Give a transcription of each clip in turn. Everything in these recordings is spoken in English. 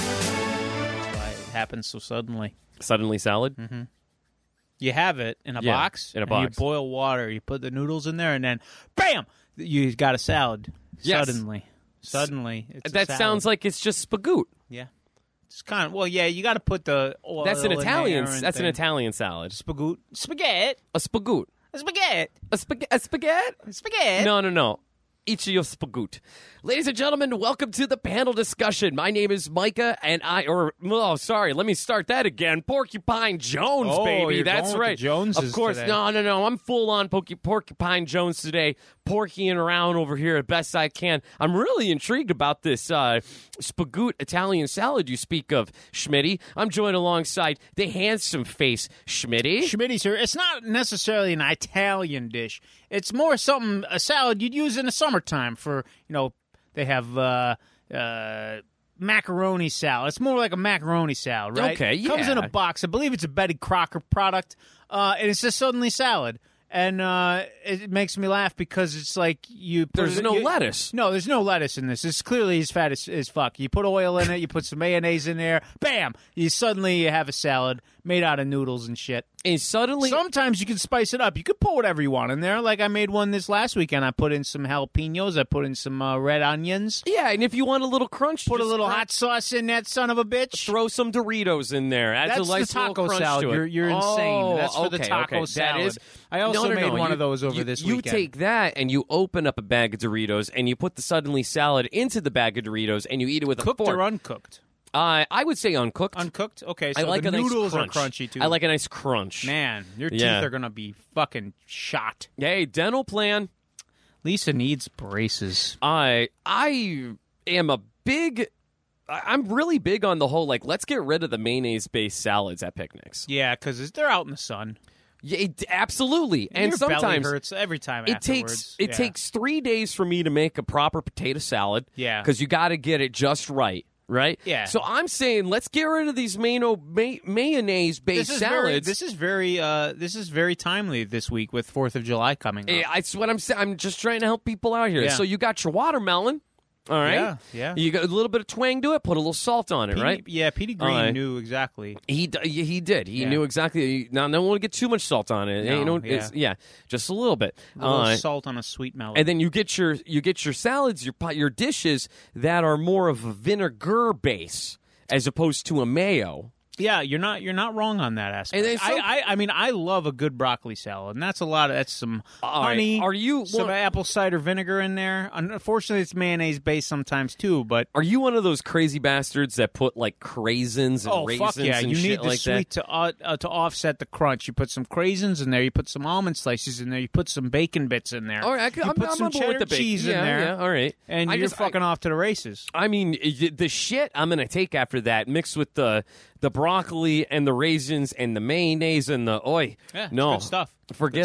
why it happens so suddenly. Suddenly salad. Mm-hmm. You have it in a Yeah, box. in a and box. You boil water. You put the noodles in there, and then bam, you got a salad. Yes. Suddenly, suddenly, it's a That salad. sounds like it's just spagoot. yeah. It's kind of well, yeah. You got to put the oil That's an in Italian. there and That's an things. Italian salad. Spagoot, spaghetti, A spagoot. spaghetti, A, spag- a spaghetti. spaghetti. No, no, no. Ichio Spagoot. Ladies and gentlemen, welcome to the panel discussion. My name is Micah, and I, or, oh, sorry, let me start that again. Porcupine Jones, Oh, baby. you're going with That's the right. Joneses Of course. today. No, no, no. I'm full on Porcu- Porcupine Jones today, porkying around over here as best I can. I'm really intrigued about this uh, Spagoot Italian salad you speak of, Schmitty. I'm joined alongside the handsome face, Schmitty. Schmitty, sir, it's not necessarily an Italian dish. It's more something a salad you'd use in the summertime for you know they have uh, uh, macaroni salad. It's more like a macaroni salad, right? Okay, comes in yeah. a box. I believe it's a Betty Crocker product, uh, and it's just suddenly salad. And uh, it makes me laugh because it's like you. put There's it- no you- lettuce. No, there's no lettuce in this. It's clearly as fat as, as fuck. You put oil in it. You put some mayonnaise in there. Bam! You suddenly you have a salad made out of noodles and shit. And suddenly, Sometimes you can spice it up. You could put whatever you want in there. Like I made one this last weekend. I put in some jalapenos. I put in some uh, red onions. yeah, and if you want a little crunch, Put a just little crunch- hot sauce in that son of a bitch. throw some Doritos in there. Adds That's a nice the little taco crunch salad. To it. You're- you're insane. Oh, That's for the okay, taco okay. That salad. is. I also no, no, made no. one You- of those over you- this You weekend. take that and you open up a bag of Doritos and you put the suddenly salad into the bag of Doritos and you eat it with cooked a fork. or uncooked? uh, I would say uncooked. Uncooked. Okay, so I like the a nice noodles crunch. are crunchy too. I like a nice crunch. Man, your Yeah. teeth are gonna be fucking shot. Hey, dental plan. Lisa needs braces. I I am a big. I- I'm really big on the whole like let's get rid of the mayonnaise based salads at picnics. Yeah, because they're out in the sun. Yeah, it- absolutely. And your belly sometimes hurts every time. it afterwards. takes it Yeah. takes three days for me to make a proper potato salad. Yeah. because you got to get it just right, right? Yeah. So I'm saying let's get rid of these mayo may, mayonnaise based this is salads. Very, this is very uh, this is very timely this week with Fourth of July coming up. Yeah, That's Eh, what I'm saying. I'm just trying to help people out here. Yeah. So you got your watermelon, all right? Yeah, yeah. You got a little bit of twang to it. Put a little salt on it, Petey- right? Yeah, Petey Green Alright. knew exactly. He d- yeah, he did. He Yeah. knew exactly. Now, no one to get too much salt on it. No, you know, it's- yeah, just a little bit. A Uh, little All right. salt on a sweet melon. and then you get your you get your salads, your pot, your dishes that are more of a vinegar base as opposed to a mayo. yeah, you're not you're not wrong on that aspect. And then some- I, I I mean I love a good broccoli salad, and that's a lot of that's some right, honey. are you some one- apple cider vinegar in there? Unfortunately, it's mayonnaise based sometimes too. But Are you one of those crazy bastards that put like craisins and oh fuck raisins yeah, and you shit need the like sweet that? to uh, uh, to offset the crunch. You put some craisins in there. You put some almond slices in there. You put some bacon bits in there. All right, I could, you I'm, put I'm some on board cheddar with the bacon. cheese yeah, in there. Yeah, all right, and I you're just, fucking off to the races. I, I mean, y- the shit I'm gonna take after that, mixed with the the broccoli and the raisins and the mayonnaise and the oi. Yeah, it's no good stuff. Forget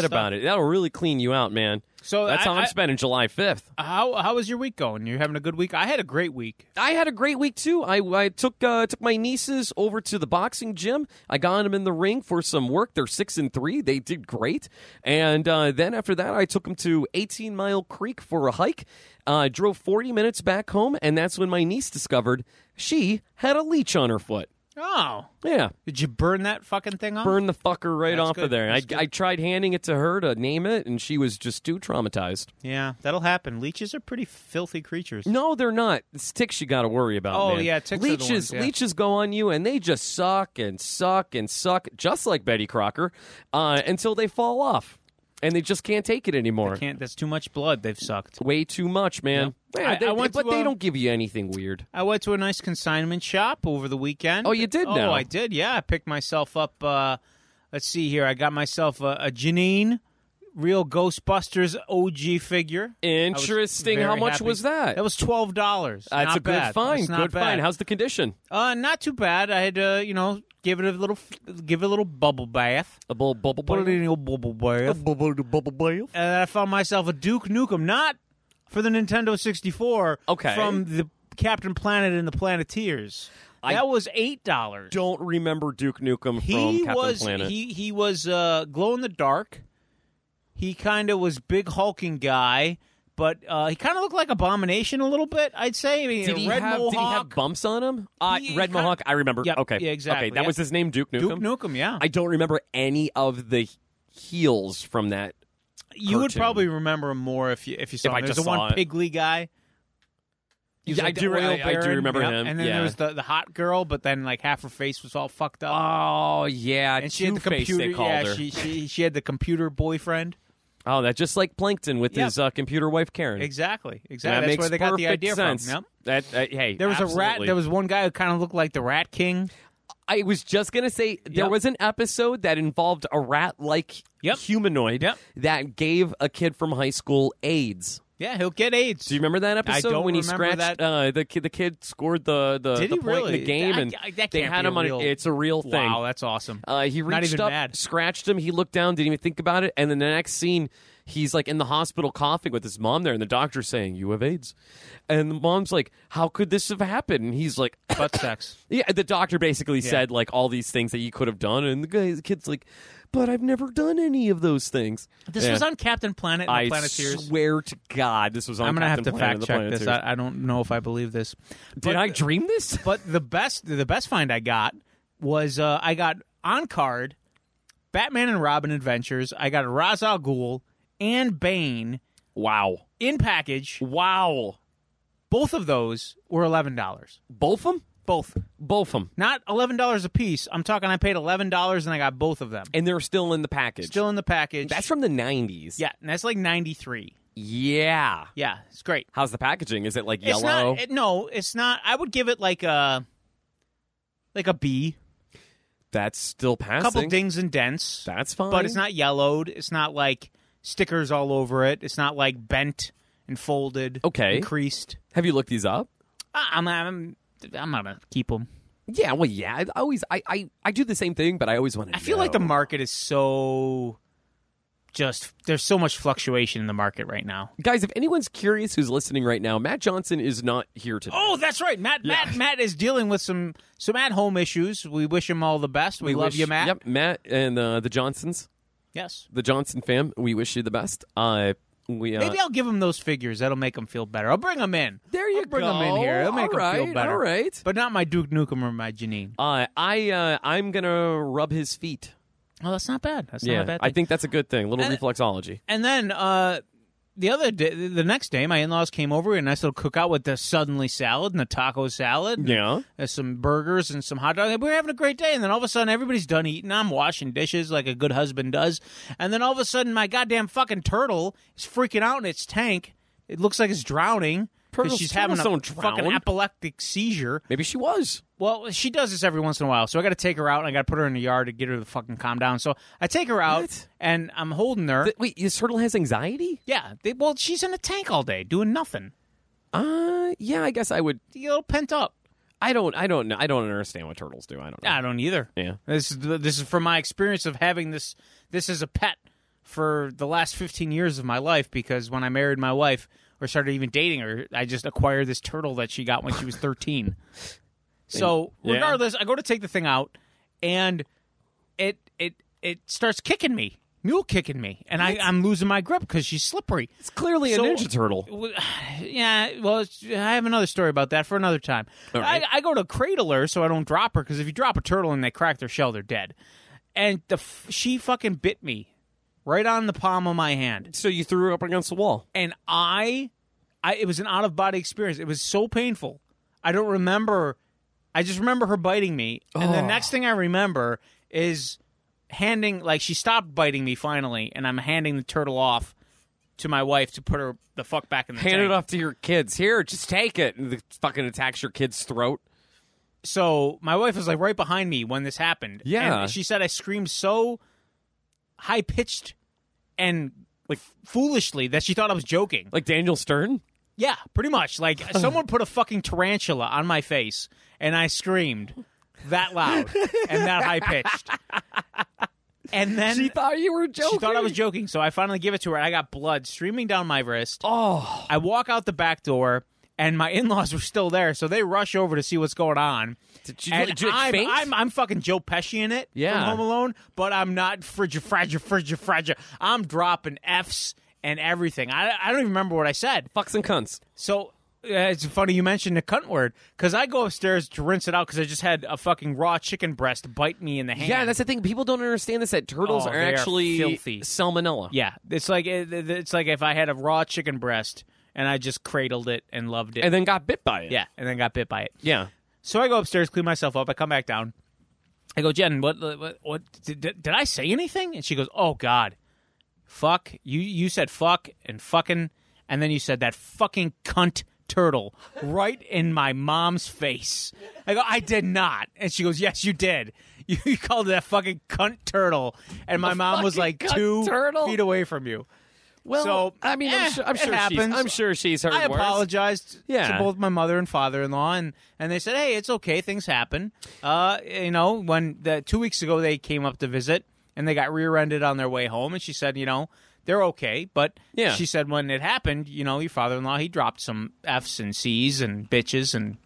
Good stuff. about it. That'll really clean you out, man. So that's I- how I'm I- spending July 5th. How how was your week going? You having a good week? I had a great week. I had a great week too. I, I took uh, took my nieces over to the boxing gym. I got them in the ring for some work. They're six and three. They did great. And uh, then after that, I took them to 18 Mile Creek for a hike. Uh, drove 40 minutes back home, and that's when my niece discovered she had a leech on her foot. Oh, Yeah, did you burn that fucking thing off? burned the fucker right That's off good. of there. I, That's good. I tried handing it to her to name it, and she was just too traumatized. Yeah, that'll happen. Leeches are pretty filthy creatures. No, they're not. It's ticks you got to worry about. Oh, man. yeah, ticks are the Leeches, ones, yeah. leeches go on you, and they just suck and suck and suck, just like Betty Crocker, uh, until they fall off, and they just can't take it anymore. can't. That's too much blood. They've sucked. Way too much, man. Yeah, I- they- I went but to, they uh, don't give you anything weird. I went to a nice consignment shop over the weekend. Oh, you did Oh, now. I did. Yeah, I picked myself up. Uh, let's see here. I got myself a, a Janine real Ghostbusters OG figure. I was Interesting. How very much happy. was that? That was twelve dollars. That's not a good bad. find. That's not good bad. find. How's the condition? Uh, not too bad. I had to, you know, give it a little, give it a little bubble bath. A bull bubble Put it boil? in your bubble bath. bubble bubble boil. and I found myself a Duke Nukem, not for the Nintendo 64. Okay. From the Captain Planet and the Planeteers. I- that was eight dollars. Don't remember Duke Nukem from He Captain was Planet. he he was uh, glow in the dark. He kind of was big hulking guy, but uh, he kind of looked like Abomination a little bit. I'd say. I mean, did he red have mohawk. did he have bumps on him? Uh, He- Red kinda- Mohawk. I remember. Yep, okay. yeah, exactly, Okay. That yeah. was his name, Duke Nukem. Duke Nukem, yeah. I don't remember any of the heels from that. you would cartoon. probably remember him more if you if you saw If him. I There's just the one saw it. Piggly guy. He was Yeah, I like the do re- oil I- I do baron, remember yep. him, And then yeah. there was the, the hot girl, but then like half her face was all fucked up. Oh yeah, and she had the Two-Face, computer. They called yeah, her. she she she had the computer boyfriend. oh, that's just like Plankton with Yep. his uh, computer wife Karen. Exactly, exactly. That That's makes where they got the perfect idea sense. from. Yep. That, that- hey, There was a rat. absolutely. There was one guy who kind of looked like the Rat King. I was just gonna say there Yep. was an episode that involved a rat-like Yep. humanoid Yep. that gave a kid from high school AIDS. Yeah, he'll get AIDS. Do you remember that episode don't when he remember scratched that. Uh, the kid? The kid scored the the, Did the he point in really? the game, I- and I- that they can't had be him a on. real- It's a real thing. Wow, that's awesome. Uh, he Not reached even up, mad. scratched him. He looked down, didn't even think about it. And then the next scene, he's like in the hospital coughing with his mom there, and the doctor's saying, "You have AIDS," and the mom's like, "How could this have happened?" And he's like, Butt sex. "Yeah." The doctor basically said like all these things that you could have done, and the, guy, the kid's like, "But I've never done any of those things." This Yeah. was on Captain Planet and I the Planeteers. swear to God, this was on. I'm gonna have Captain to Planet fact and the check this. Planeteers. I, I don't know if I believe this. Did I dream this? But the best, the best find I got was uh, I got on card, Batman and Robin Adventures. I got Ra's al Ghul and Bane Wow. in package. Wow. Both of those were eleven dollars. Both of them? Both, Both of them. not eleven dollars a piece. I'm talking. I paid eleven dollars and I got both of them. And they're still in the package. Still in the package. That's from the 90s. yeah, and that's like ninety three. Yeah. Yeah, it's great. How's the packaging? Is it like It's yellow? not. It, no, it's not. I would give it like a like a B. That's still A passing. couple dings and dents, That's fine. but it's not yellowed. It's not like stickers all over it. It's not like bent and folded. Okay. and creased. Have you looked these up? I- I'm I'm I'm gonna keep them. Yeah, well, yeah. I always, I, I, I do the same thing, but I always want to. I feel like the market is so just there's so much fluctuation in the market right now. guys. If anyone's curious who's listening right now, Matt Johnson is not here today. Oh, that's right. Matt Matt Matt is dealing with some some at home issues. We wish him all the best. We, we love wish- you, Matt. Yep, Matt and uh, the Johnsons, Yes. the Johnson fam. We wish you the best. Uh, we uh, Maybe I'll give him those figures. That'll make him feel better. I'll bring him in. there you I'll bring go. 'em in here. It'll make All 'em feel right, better. All right. But not my Duke Nukem or my Janine. Uh, I uh, I'm gonna rub his feet. Oh, that's not bad. That's yeah, not a bad I thing. think that's a good thing. little And- reflexology. and then uh, the other day, the next day, my in laws came over. We had a nice little cookout with the suddenly salad and the taco salad. and Yeah. uh, some burgers and some hot dogs. We were having a great day, and then all of a sudden, everybody's done eating. I'm washing dishes like a good husband does, and then all of a sudden, my goddamn fucking turtle is freaking out in its tank. It looks like it's drowning because Turtles- she's having a turtles don't fucking drown. epileptic seizure. Maybe she was. Well, she does this every once in a while, so I got to take her out and I got to put her in the yard to get her to fucking calm down. So I take her out What? and I'm holding her. Th- wait, this turtle has anxiety? yeah, they, well, she's in a tank all day doing nothing. Uh, yeah. I guess I would. You get a little pent up. I don't. I don't know. I don't understand what turtles do. I don't. know. I don't either. Yeah. This is this is from my experience of having this this as a pet for the last 15 years of my life because when I married my wife or started even dating her, I just acquired this turtle that she got when she was 13. so, Yeah. regardless, I go to take the thing out and it it it starts kicking me. Mule kicking me, and I, I'm losing my grip because she's slippery. It's clearly a So- ninja turtle. Well, Yeah, well, it's- I have another story about that for another time. right. I, I go to cradle her so I don't drop her because if you drop a turtle and they crack their shell, they're dead. And the f- she fucking bit me right on the palm of my hand, So you threw it up against the wall. and I, I it was an out of body experience. It was so painful. I don't remember. I just remember her biting me, and the Oh. next thing I remember is handing like she stopped biting me finally, and I'm handing the turtle off. To my wife to put her the fuck back in the Hand tank. it off to your kids. Here, just take it. And it fucking attacks your kid's throat. so my wife was like right behind me when this happened. Yeah. And she said I screamed so high pitched and like foolishly that she thought I was joking. Like Daniel Stern? Yeah, pretty much. Like someone put a fucking tarantula on my face, and I screamed that loud and that high pitched. And then She thought you were joking. she thought I was joking, so I finally give it to her, and I got blood streaming down my wrist. Oh, I walk out the back door, and my in laws were still there, so they rush over to see what's going on. did you, and did you I'm, faint? I'm, I'm fucking Joe Pesci in it Yeah. from Home Alone, but I'm not frigid, fragile, frigid, fragile. I'm dropping F's and everything. I, I don't even remember what I said. Fucks and cunts. So uh, it's funny you mentioned the cunt word because I go upstairs to rinse it out because I just had a fucking raw chicken breast bite me in the hand. Yeah, that's the thing. People don't understand this that turtles Oh, are they are actually filthy. salmonella. yeah. It's like it, it- it's like if I had a raw chicken breast and I just cradled it and loved it. And then got bit by it. yeah, and then got bit by it. Yeah. So I go upstairs, clean myself up. I come back down. I go, Jen, what, what, what did, did I say anything? And she goes, Oh God, fuck you. You said fuck and fucking, and then you said that fucking cunt turtle right in my mom's face. I go, I did not. And she goes, Yes, you did. You, you called it that fucking cunt turtle, and my mom was like fucking cunt two turtle? feet away from you. Well, So, I mean, eh, I'm sure, I'm it sure she's. happens. I'm sure she's heard I worse. apologized Yeah. to both my mother and father-in-law, and, and they said, "Hey, it's okay. Things happen." Uh, you know, when the two weeks ago they came up to visit, and they got rear-ended on their way home, and she said, "You know, they're okay." But Yeah. she said when it happened, you know, your father-in-law he dropped some f's and c's and bitches and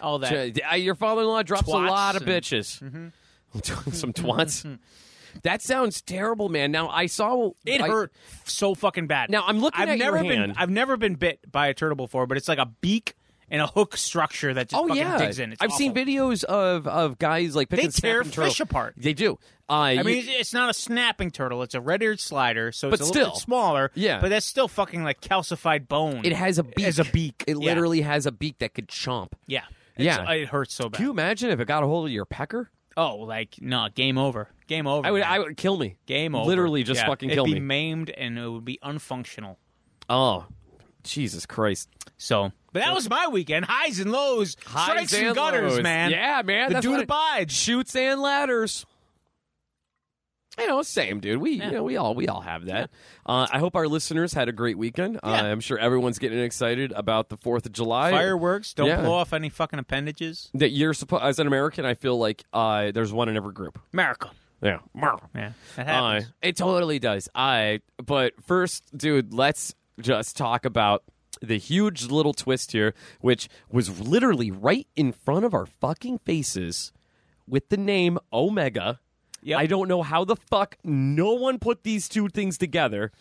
all that. Uh, Your father-in-law drops a Twats lot of and- bitches. Some twats. Mm-hmm. that sounds terrible, man. Now I saw It I- hurt so fucking bad. Now, I'm looking I've at your never been, hand. I've never been bit by a turtle before, but it's like a beak and a hook structure that just Oh fucking yeah, digs in. It's I've seen awful. videos of of guys like picking They tear snapping turtle- fish apart. They do. Uh, I mean, it's- it's not a snapping turtle; it's a red-eared slider, so But it's a little still. bit smaller. Yeah. but that's still fucking like calcified bone. it has a beak. As a beak, It Yeah. literally has a beak that could chomp. Yeah, Yeah. It's- uh, It hurts so bad. Can you imagine if it got a hold of your pecker? Oh, like no, game over. Game over. I would. man. I would kill me. game over. Literally just Yeah. fucking kill It'd me. be maimed and it would be unfunctional. oh, Jesus Christ! So, but that was my weekend. Highs and lows, strikes Highs and gutters, lows. man. Yeah, man. The that's dude what it- abides. shoots and ladders. You know, same dude. We you know, we all we all have that. Uh, I hope our listeners had a great weekend. Uh, Yeah. I'm sure everyone's getting excited about the Fourth of July. Fireworks. Don't Yeah. blow off any fucking appendages. that you're supposed as an American. I feel like uh, there's one in every group. America. Yeah, Yeah, that Uh, happens. it totally does. I but first, dude, let's just talk about the huge little twist here, which was literally right in front of our fucking faces, with the name Omega. Yep. I don't know how the fuck no one put these two things together,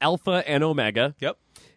Alpha and Omega yep.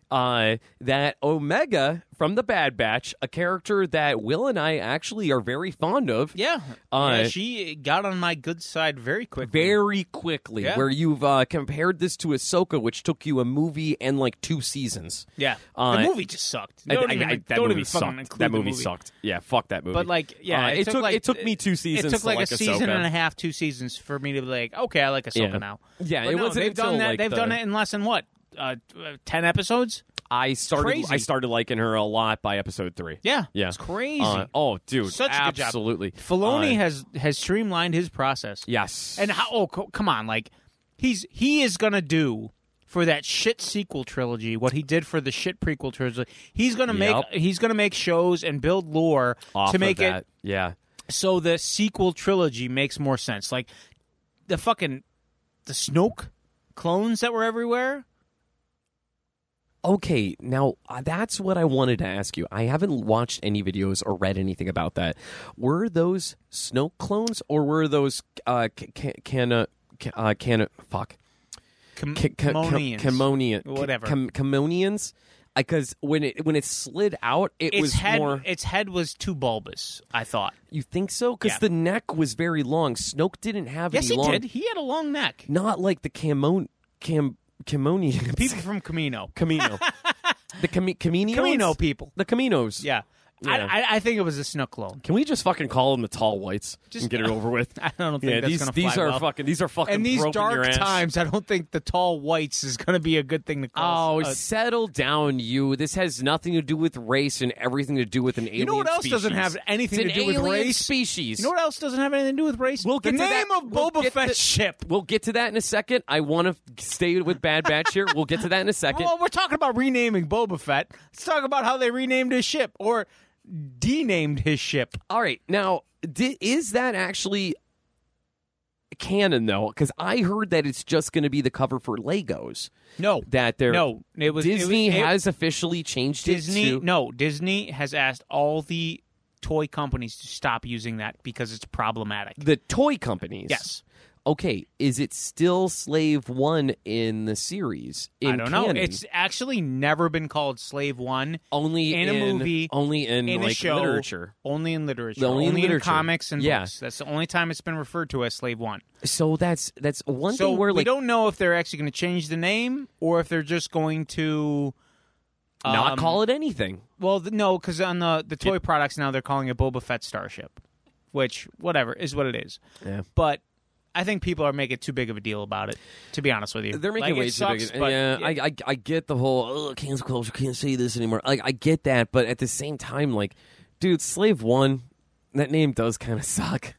uh, that Omega from the Bad Batch, a character that Will and I actually are very fond of. Yeah. Uh, Yeah, she got on my good side very quickly. Very quickly, Yeah. where you've uh, compared this to Ahsoka, which took you a movie and like two seasons. Yeah, Uh, the movie just sucked. I- Don't I- even, I- that don't movie even fucking sucked. include That the movie, sucked. Yeah, fuck that movie. But like, yeah, Uh, it, took, like, it took me two seasons. It took to like a season Ahsoka. and a half, two seasons for me to be like, okay, I like Ahsoka Yeah. now. Yeah, But it no, wasn't They've done until, that. like, they've done the- it in less than what uh, uh, ten episodes. I started. Crazy. I started liking her a lot by episode three. Yeah, yeah, it's crazy. Uh, oh, dude, Such a good job. absolutely. Filoni Uh, has has streamlined his process. yes, and how? Oh, co- come on, like he's he is gonna do. For that shit sequel trilogy, what he did for the shit prequel trilogy, he's gonna Yep. make he's gonna make shows and build lore Off to of make it that. Yeah, so the sequel trilogy makes more sense. Like the fucking the Snoke clones that were everywhere. Okay, now uh, that's what I wanted to ask you. I haven't watched any videos or read anything about that. Were those Snoke clones or were those uh, c- c- Cana c- uh, Cana fuck Com- C- c- Kamonians. Camonian Whatever. Cam- Camonians? Because Uh, when it when it slid out, it its was head more. its head was too bulbous. I thought. You think so? Because Yeah. the neck was very long. Snoke didn't have Yes, any he long. did. He had a long neck. Not like the Camon Cam Camonians. People from Camino, Camino. the Cami- Camino. Camino people. The Caminos. Yeah, Yeah. I, I, I think it was a snook clone. Can we just fucking call them the tall whites Just- and get it over with? I don't think yeah, that's these gonna these fly are well. fucking these are fucking In these broken your dark ass. times, I don't think the tall whites is going to be a good thing to call. Oh, uh, settle down, you. This has nothing to do with race and everything to do with an alien. you know what else doesn't species. have anything It's to do an with alien race? Species. You know what else doesn't have anything to do with race? We'll the get to name that. of We'll Boba get Fett's to- ship. We'll get to that in a second. I want to stay with Bad Batch here. We'll get to that in a second. Well, we're talking about renaming Boba Fett. Let's talk about how they renamed his ship or denamed his ship. All right, now di- is that actually canon though? Because I heard that it's just going to be the cover for Legos. No, That they're no, it was it was- Disney it- has officially changed Disney. it to No, Disney has asked all the toy companies to stop using that because it's problematic. the toy companies. Yes. Okay, is it still Slave One in the series? In I don't canon? know. It's actually never been called Slave One. only in a movie, only in, in like a show, literature. Only in literature. Only in literature. comics and Yeah. books. That's the only time it's been referred to as Slave One. So that's that's one so thing where we like don't know if they're actually going to change the name or if they're just going to not um, call it anything. Well, th- no, because on the the toy products now they're calling it Boba Fett Starship, which whatever is what it is. Yeah. But I think people are making too big of a deal about it. To be honest with you, They're making like, way it sucks, too big. But yeah, I, I I get the whole oh, cancel culture can't say this anymore. Like I get that, but at the same time, like, dude, Slave One, that name does kind of suck.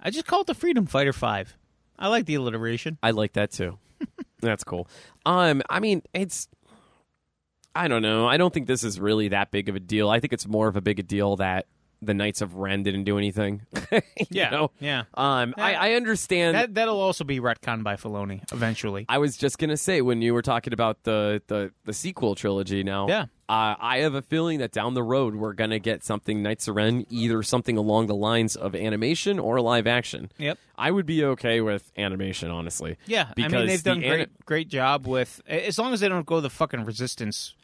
I just call it the Freedom Fighter Five. I like the alliteration. I like that too. That's cool. Um, I mean, it's. I don't know. I don't think this is really that big of a deal. I think it's more of a big a deal that the Knights of Ren didn't do anything. You Yeah, know? yeah. Um, I, I understand. That that'll also be retcon by Filoni eventually. I was just gonna say when you were talking about the the, the sequel trilogy now. Yeah. Uh, I have a feeling that down the road we're gonna get something Knights of Ren, either something along the lines of animation or live action. Yep. I would be okay with animation, honestly. Yeah, because I mean they've the done ani- great great job with as long as they don't go the fucking resistance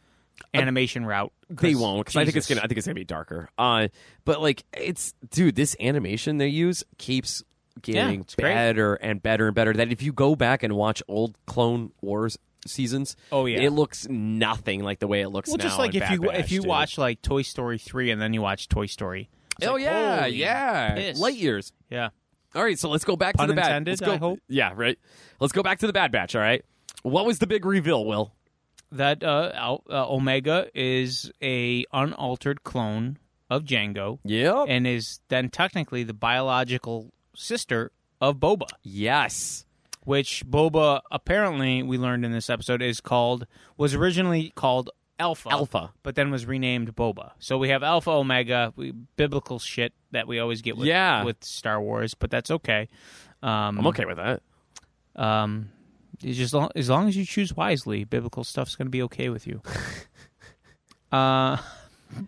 animation route. 'cause They won't. 'cause I think it's Jesus. gonna. I think it's gonna be darker. Uh, but like, it's dude. This animation they use keeps getting it's great. better and better and better. That if you go back and watch old Clone Wars seasons, Oh, yeah. it looks nothing like the way it looks Well, now. just like in if Bad you Batch, if you dude. watch like Toy Story three and then you watch Toy Story. It's oh like, yeah, holy yeah, piss. light years. yeah. All right, so let's go back Pun to the bad. intended, let's go, I hope. Yeah, right. Let's go back to the Bad Batch. All right, what was the big reveal, Will? That uh, Al- uh, Omega is a unaltered clone of Django Yep. and is then technically the biological sister of Boba, yes. which Boba apparently we learned in this episode is called was originally called Alpha. Alpha. but then was renamed Boba. So we have Alpha Omega, we, biblical shit that we always get with, Yeah. with Star Wars, but that's okay. Um, I'm okay with that. Um, it's just lo- as long as you choose wisely, biblical stuff's going to be okay with you. uh,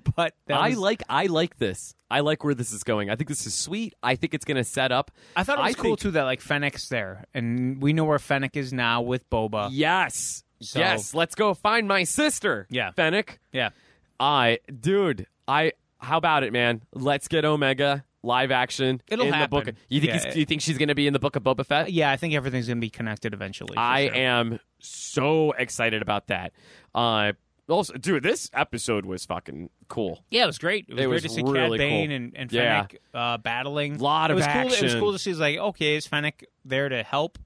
but that I was- like I like this. I like where this is going. I think this is sweet. I think it's going to set up. I thought it was I cool think- too that like Fennec's there, and we know where Fennec is now with Boba. Yes, So- yes. Let's go find my sister. Yeah. Fennec. Yeah, I, dude. I. How about it, man? Let's get Omega live action It'll in the happen. book. You think? Yeah. he's- You think she's going to be in the book of Boba Fett? Uh, yeah. I think everything's going to be connected eventually. for I sure. am so excited about that. Uh, also, dude, this episode was fucking cool. Yeah, it was great. It was, It great was to see really Cad Bane cool. and, and Yeah. Fennec uh, battling. Lot it of was cool, It was action. cool to see. It's like, okay, is Fennec there to help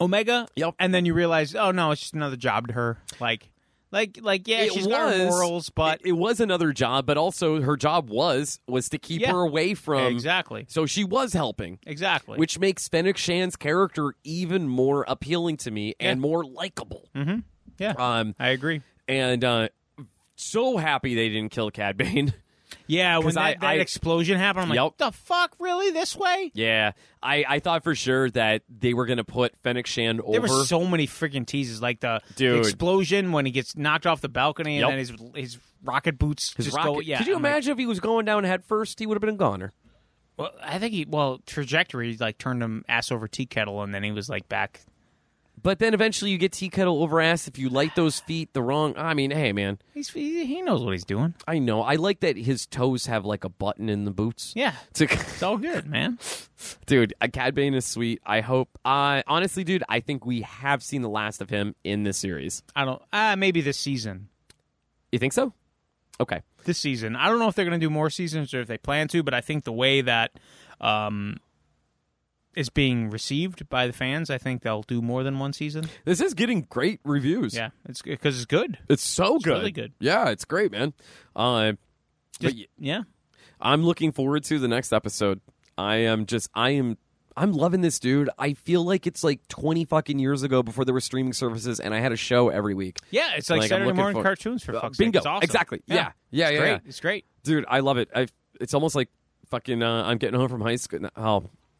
Omega? Yep. And then you realize, oh no, it's just another job to her. Like, like, like, yeah, It she's got her was- morals, but It, it was another job, but also her job was was to keep Yeah. her away from. exactly, So she was helping. exactly. which makes Fennec Shan's character even more appealing to me and more likable. Mm-hmm. yeah, Um, I agree. and uh, so happy they didn't kill Cad Bane. Yeah, when 'cause that, I- that I- explosion happened, I'm like, Yep. the fuck, really? This way? yeah, I, I thought for sure that they were gonna put Fennec Shan over. There were so many freaking teases, like the, the Dude. explosion when he gets knocked off the balcony, Yep. and then his his rocket boots His just rocket- go. Yeah, Could you I'm like, imagine if he was going down head first? He would have been a goner. Well, I think he well trajectory like turned him ass over tea kettle, and then he was like back. But then eventually you get tea kettle over ass if you light those feet the wrong. I mean, hey man, He's he, he knows what he's doing. I know. I like that his toes have like a button in the boots. Yeah, To- it's all good, man. Dude, uh, Cad Bane is sweet. I hope. Uh, honestly, dude, I think we have seen the last of him in this series. I don't. Uh, maybe this season. You think so? Okay. this season. I don't know if they're going to do more seasons or if they plan to, but I think the way that um, is being received by the fans, I think they'll do more than one season. This is getting great reviews. Yeah, it's because it's good. It's so good. really good. Yeah, it's great, man. Uh, but Just- yeah, I'm looking forward to the next episode. I am just I am I'm loving this dude. I feel like it's like 20 fucking years ago before there were streaming services and I had a show every week. yeah. It's like, Like, I'm Saturday looking morning for- Uh, cartoons for fuck's sake. Bingo. It's awesome. Exactly. Yeah. Yeah, It's yeah, great. yeah. It's great. Dude, I love it. I it's almost like fucking uh, I'm getting home from high school. Oh,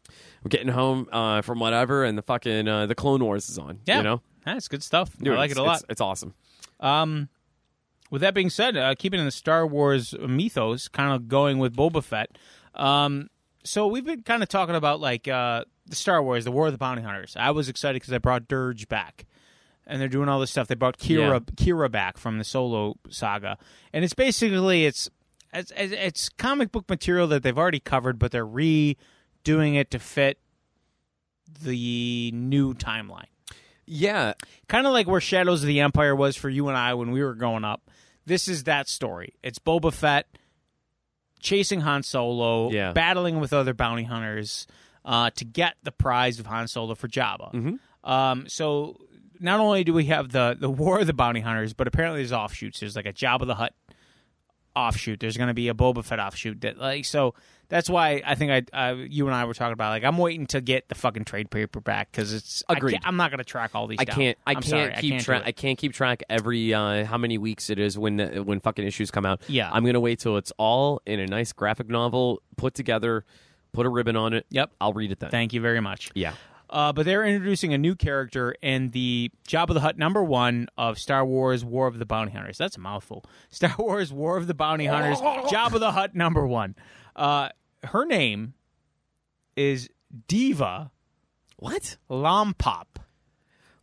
I'm getting home uh, from whatever and the fucking uh, the Clone Wars is on, Yeah, you know? that's good stuff. Dude, I like it it's- a lot. It's, it's awesome. Um, with that being said, uh, keeping in the Star Wars mythos, kind of going with Boba Fett. Um, so we've been kind of talking about like uh, the Star Wars, the War of the Bounty Hunters. I was excited because I brought Dirge back, and they're doing all this stuff. They brought Kira Kira back from the Solo saga, and it's basically it's it's, it's comic book material that they've already covered, but they're redoing it to fit the new timeline Yeah. kind of like where Shadows of the Empire was for you and I when we were growing up. This is that story. It's Boba Fett chasing Han Solo, Yeah. battling with other bounty hunters uh, to get the prize of Han Solo for Jabba. Mm-hmm. Um, so not only do we have the the War of the Bounty Hunters, but apparently there's offshoots. There's like a Jabba the Hutt offshoot. There's going to be a Boba Fett offshoot. That like so that's why I think I uh, you and I were talking about like I'm waiting to get the fucking trade paperback because it's I Agreed. can't- I'm not going to track all these. I down. can't. I I'm can't sorry, keep can't do track. it. I can't keep track every uh, how many weeks it is when uh, when fucking issues come out. Yeah. I'm gonna wait till it's all in a nice graphic novel put together, put a ribbon on it. Yep. I'll read it then. Thank you very much. yeah, Uh, but they're introducing a new character in the Job of the Hutt number one of Star Wars War of the Bounty Hunters. That's a mouthful. Star Wars War of the Bounty Hunters, Job of the Hutt number one. Uh, her name is Diva what? Lompop.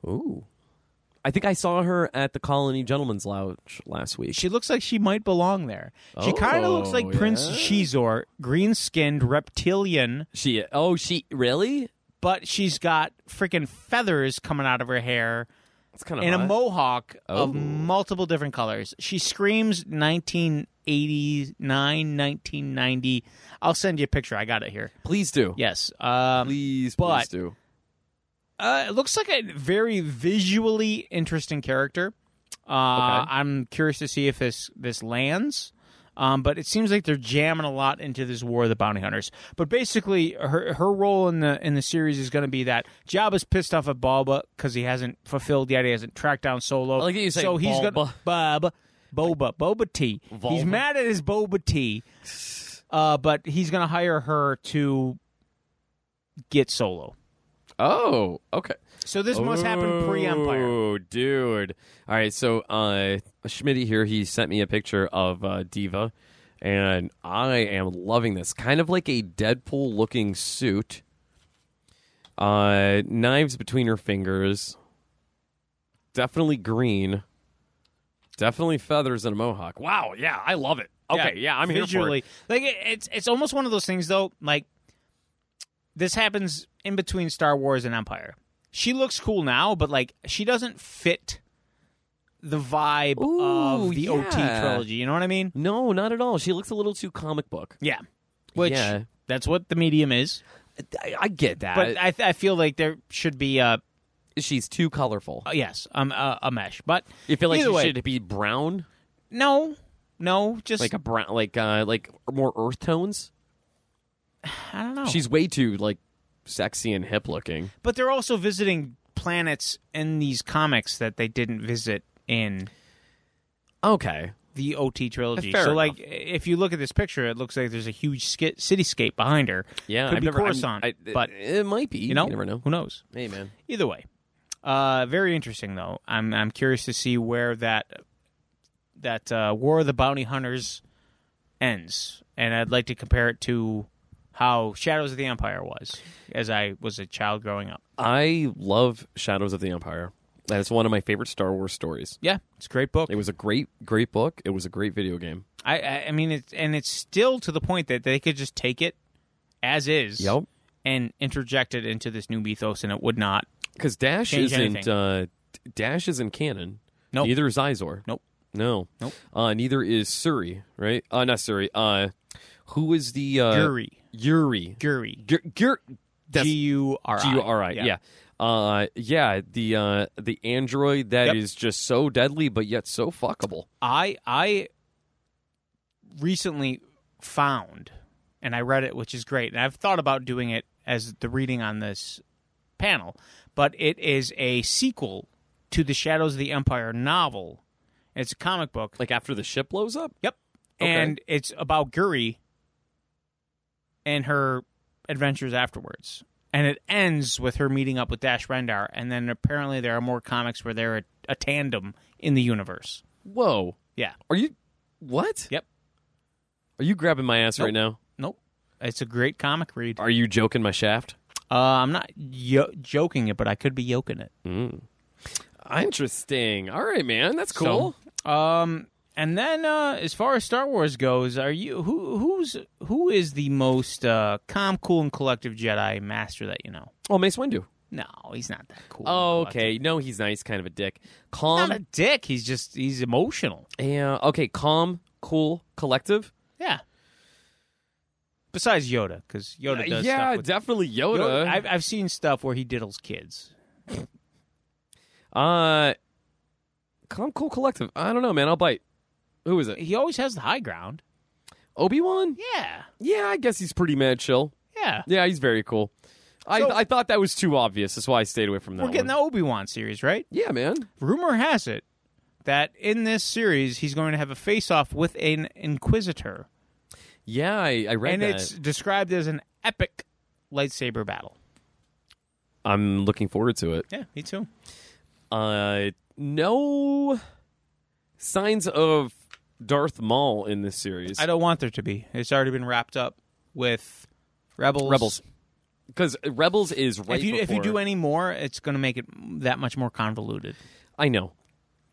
Ooh, I think I saw her at the Colony Gentleman's Lounge last week. She looks like she might belong there. She kind of looks Oh, like Prince yeah. Shizor, green skinned reptilian, She oh she really? but she's got freaking feathers coming out of her hair. It's kind of and a mohawk Oh. of multiple different colors. She screams 1989, 1990. I'll send you a picture. I got it here. please do. Yes. Um, Please, But- please do. uh, it looks like a very visually interesting character. Uh, Okay. I'm curious to see if this this lands. Um, but it seems like they're jamming a lot into this war of the bounty hunters. But basically, her her role in the in the series is going to be that Jabba's pissed off at Boba because he hasn't fulfilled yet. He hasn't tracked down Solo. I like that you say so he's Boba. gonna Bob Boba Boba T. He's Vulva. mad at his Boba T. Uh, but he's going to hire her to get Solo. Oh, okay. So this must happen pre-Empire. Oh, dude. All right, so uh Schmitty here, he sent me a picture of uh Diva and I am loving this. Kind of like a Deadpool looking suit. Uh knives between her fingers. Definitely green. Definitely feathers and a mohawk. Wow, yeah, I love it. Okay, yeah, I'm visually like it, it's it's almost one of those things though. Like this happens in between Star Wars and Empire. She looks cool now, but like she doesn't fit the vibe Ooh, of the OT yeah. trilogy. You know what I mean? here for it. No, not at all. She looks a little too comic book. Yeah. Which Yeah. that's what the medium is, I, I get that. but I, I feel like there should be a she's too colorful. yes, um, a, a mesh. But You feel like Either she way. should be brown, no, no, just like a brown, like uh, like more earth tones. I don't know. She's way too like sexy and hip looking. but they're also visiting planets in these comics that they didn't visit in Okay, the OT trilogy. Fair so, enough. like, if you look at this picture, it looks like there's a huge sk- cityscape behind her. yeah, Could I've be never, I'm- Coruscant, I- but- it might be. You know, never know. Who knows? Hey, man. Either way, uh, very interesting though. I'm I'm curious to see where that that uh, War of the Bounty Hunters ends, and I'd like to compare it to how Shadows of the Empire was as I was a child growing up. I love Shadows of the Empire. That's one of my favorite Star Wars stories. Yeah, it's a great book. It was a great, great book. It was a great video game. I I, I mean, it's and it's still to the point that they could just take it as is. Yep. And interject it into this new mythos, and it would not Because Dash Change isn't anything. uh, Dash isn't canon. Nope. Neither is Izor. Nope. No. Nope. Uh, neither is Surrey, right? Uh, not Surrey. Uh, who is the uh, Guri. Yuri. Guri. Gur- Gur- G that's- U R I. G U R I. Yeah. Uh, yeah. The uh, the android that is Yep. just so deadly, but yet so fuckable. I I recently found and I read it, which is great, and I've thought about doing it as the reading on this panel, but it is a sequel to the Shadows of the Empire novel. It's a comic book. Like after the ship blows up. Yep. Okay. And it's about Guri and her adventures afterwards. And it ends with her meeting up with Dash Rendar, and then apparently there are more comics where they're a, a tandem in the universe. Whoa. Yeah. Are you? What? Yep. Are you grabbing my ass right now? Nope. It's a great comic read. Uh, Are you joking my shaft? I'm not yo- joking it, but I could be yoking it. Interesting. All right, man. That's cool. So, um, and then uh, as far as Star Wars goes, are you who who's who is the most uh, calm, cool, and collective Jedi master that you know? oh, Mace Windu. No, he's not that cool. and Oh, collected. okay. No, he's nice. Kind of a dick. He's Calm. not a dick. He's just he's emotional. yeah. Okay. Calm. Cool. Collective. Yeah. Besides Yoda, because Yoda does yeah, stuff with definitely Yoda. Yoda- I've I've seen stuff where he diddles kids. Uh, Calm Cool Collective. I don't know, man. I'll bite. Who is it? He always has the high ground. Obi Wan? Yeah, Yeah, I guess he's pretty mad chill. yeah. Yeah, he's very cool. I, So- I thought that was too obvious. That's why I stayed away from that. We're getting the one. Obi Wan series, right? Yeah, man. Rumor has it that in this series he's going to have a face off with an Inquisitor, Yeah, I, I read and that. it's described as an epic lightsaber battle. I'm looking forward to it. Yeah, me too. Uh, no signs of Darth Maul in this series. I don't want there to be. It's already been wrapped up with rebels. Rebels. Because Rebels is right if you if you do before- any more, it's going to make it that much more convoluted. I know.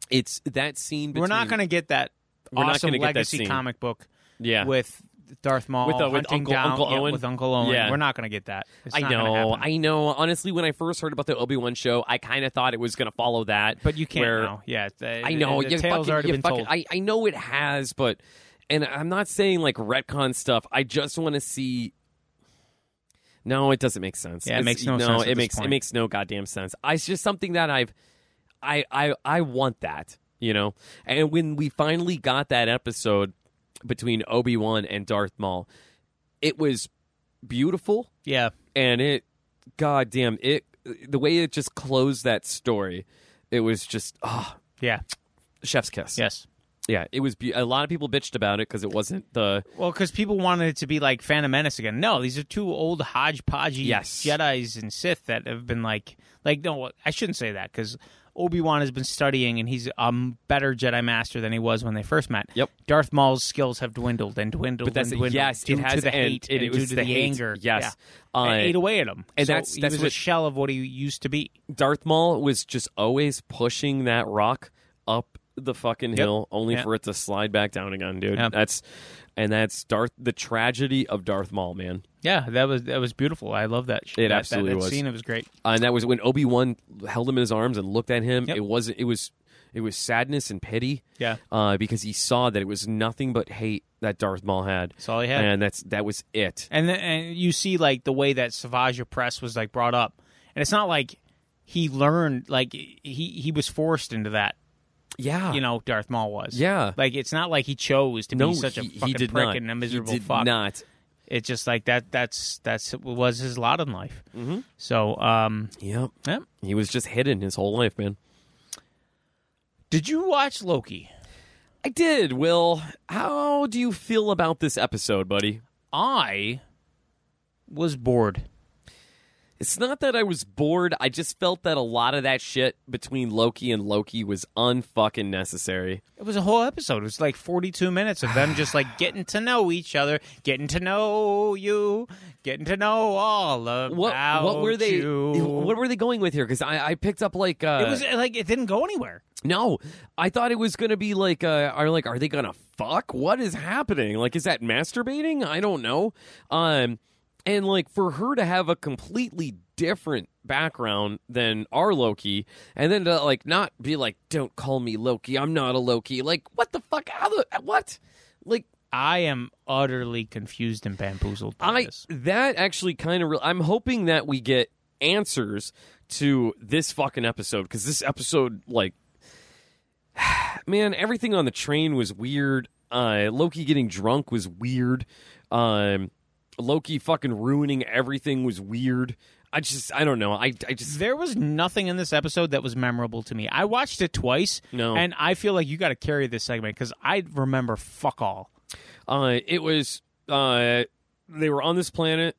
It's that scene between... We're not going to get that We're not awesome gonna get that legacy scene. comic book Yeah. with Darth Maul With, uh, with hunting Uncle- down Uncle yeah, Owen. with Uncle Owen. Yeah. We're not going to get that. It's I not gonna know, happen. I know. Honestly, when I first heard about the Obi Wan show, I kind of thought it was going to follow that. but you can't where- now. Yeah, the, I know. The, you the tale's fucking- already you been fucking- told. I, I know it has, but and I'm not saying like retcon stuff. I just want to see. No, it doesn't make sense. Yeah, it It's- makes no no sense at It this makes point. it makes no goddamn sense. I, it's just something that I've, I I I want that. You know, and when we finally got that episode between Obi Wan and Darth Maul, it was beautiful yeah, and it goddamn it the way it just closed that story it was just ah yeah, chef's kiss yes. yeah it was be- a lot of people bitched about it because it wasn't the Well, because people wanted it to be like Phantom Menace again. No, these are two old hodgepodgey Yes. Jedi's and Sith that have been like, like no, I shouldn't say that because Obi Wan has been studying and he's a better Jedi Master than he was when they first met. Yep. Darth Maul's skills have dwindled and dwindled but that's and dwindled yes due it has to the and hate it, and it due was to the, the, hate. anger. yes yeah. uh, And ate away at him, and So that's- he that's was a what- shell of what he used to be. Darth Maul was just always pushing that rock up the fucking hill, only Yeah. for it to slide back down again, dude. Yeah. That's and that's Darth the tragedy of Darth Maul, man. Yeah, that was that was beautiful. I love that. It that- that- absolutely that was. Scene, scene, it was great. Uh, and that was when Obi Wan held him in his arms and looked at him. Yep. It was it was it was sadness and pity. Yeah. uh, because he saw that it was nothing but hate that Darth Maul had. That's all he had. and that's that was it. and then, and you see like the way that Savage Press was like brought up, and it's not like he learned like he he was forced into that. Yeah, You know, Darth Maul was. Yeah. like it's not like he chose to no, be such a he, he fucking did prick not. and a miserable he did fuck. Not. It's just like that. That's that's was his lot in life. Mm-hmm. So, um, Yep, yeah. he was just hidden his whole life, man. did you watch Loki? I did. Will, how do you feel about this episode, buddy? I was bored. It's not that I was bored. I just felt that a lot of that shit between Loki and Loki was unfucking necessary. It was a whole episode. It was like 42 minutes of them just like getting to know each other, getting to know you, getting to know all of What what were they? You. What were they going with here? Because I, I picked up like uh, it was like it didn't go anywhere. No, I thought it was gonna be like, uh, are like, are they gonna fuck? What is happening? Like, is that masturbating? I don't know. Um, and like for her to have a completely different background than our Loki, and then to like not be like, "Don't call me Loki. I'm not a Loki." Like, what the fuck? How the what? Like, I am utterly confused and bamboozled. By I this. that actually kind of. Re- I'm hoping that we get answers to this fucking episode because this episode, like, man, everything on the train was weird. Uh, Loki getting drunk was weird. Um, Loki fucking ruining everything was weird. I just, I don't know. I, I just, There was nothing in this episode that was memorable to me. I watched it twice, No. and I feel like you got to carry this segment because I remember fuck all. uh, it was, uh, they were on this planet.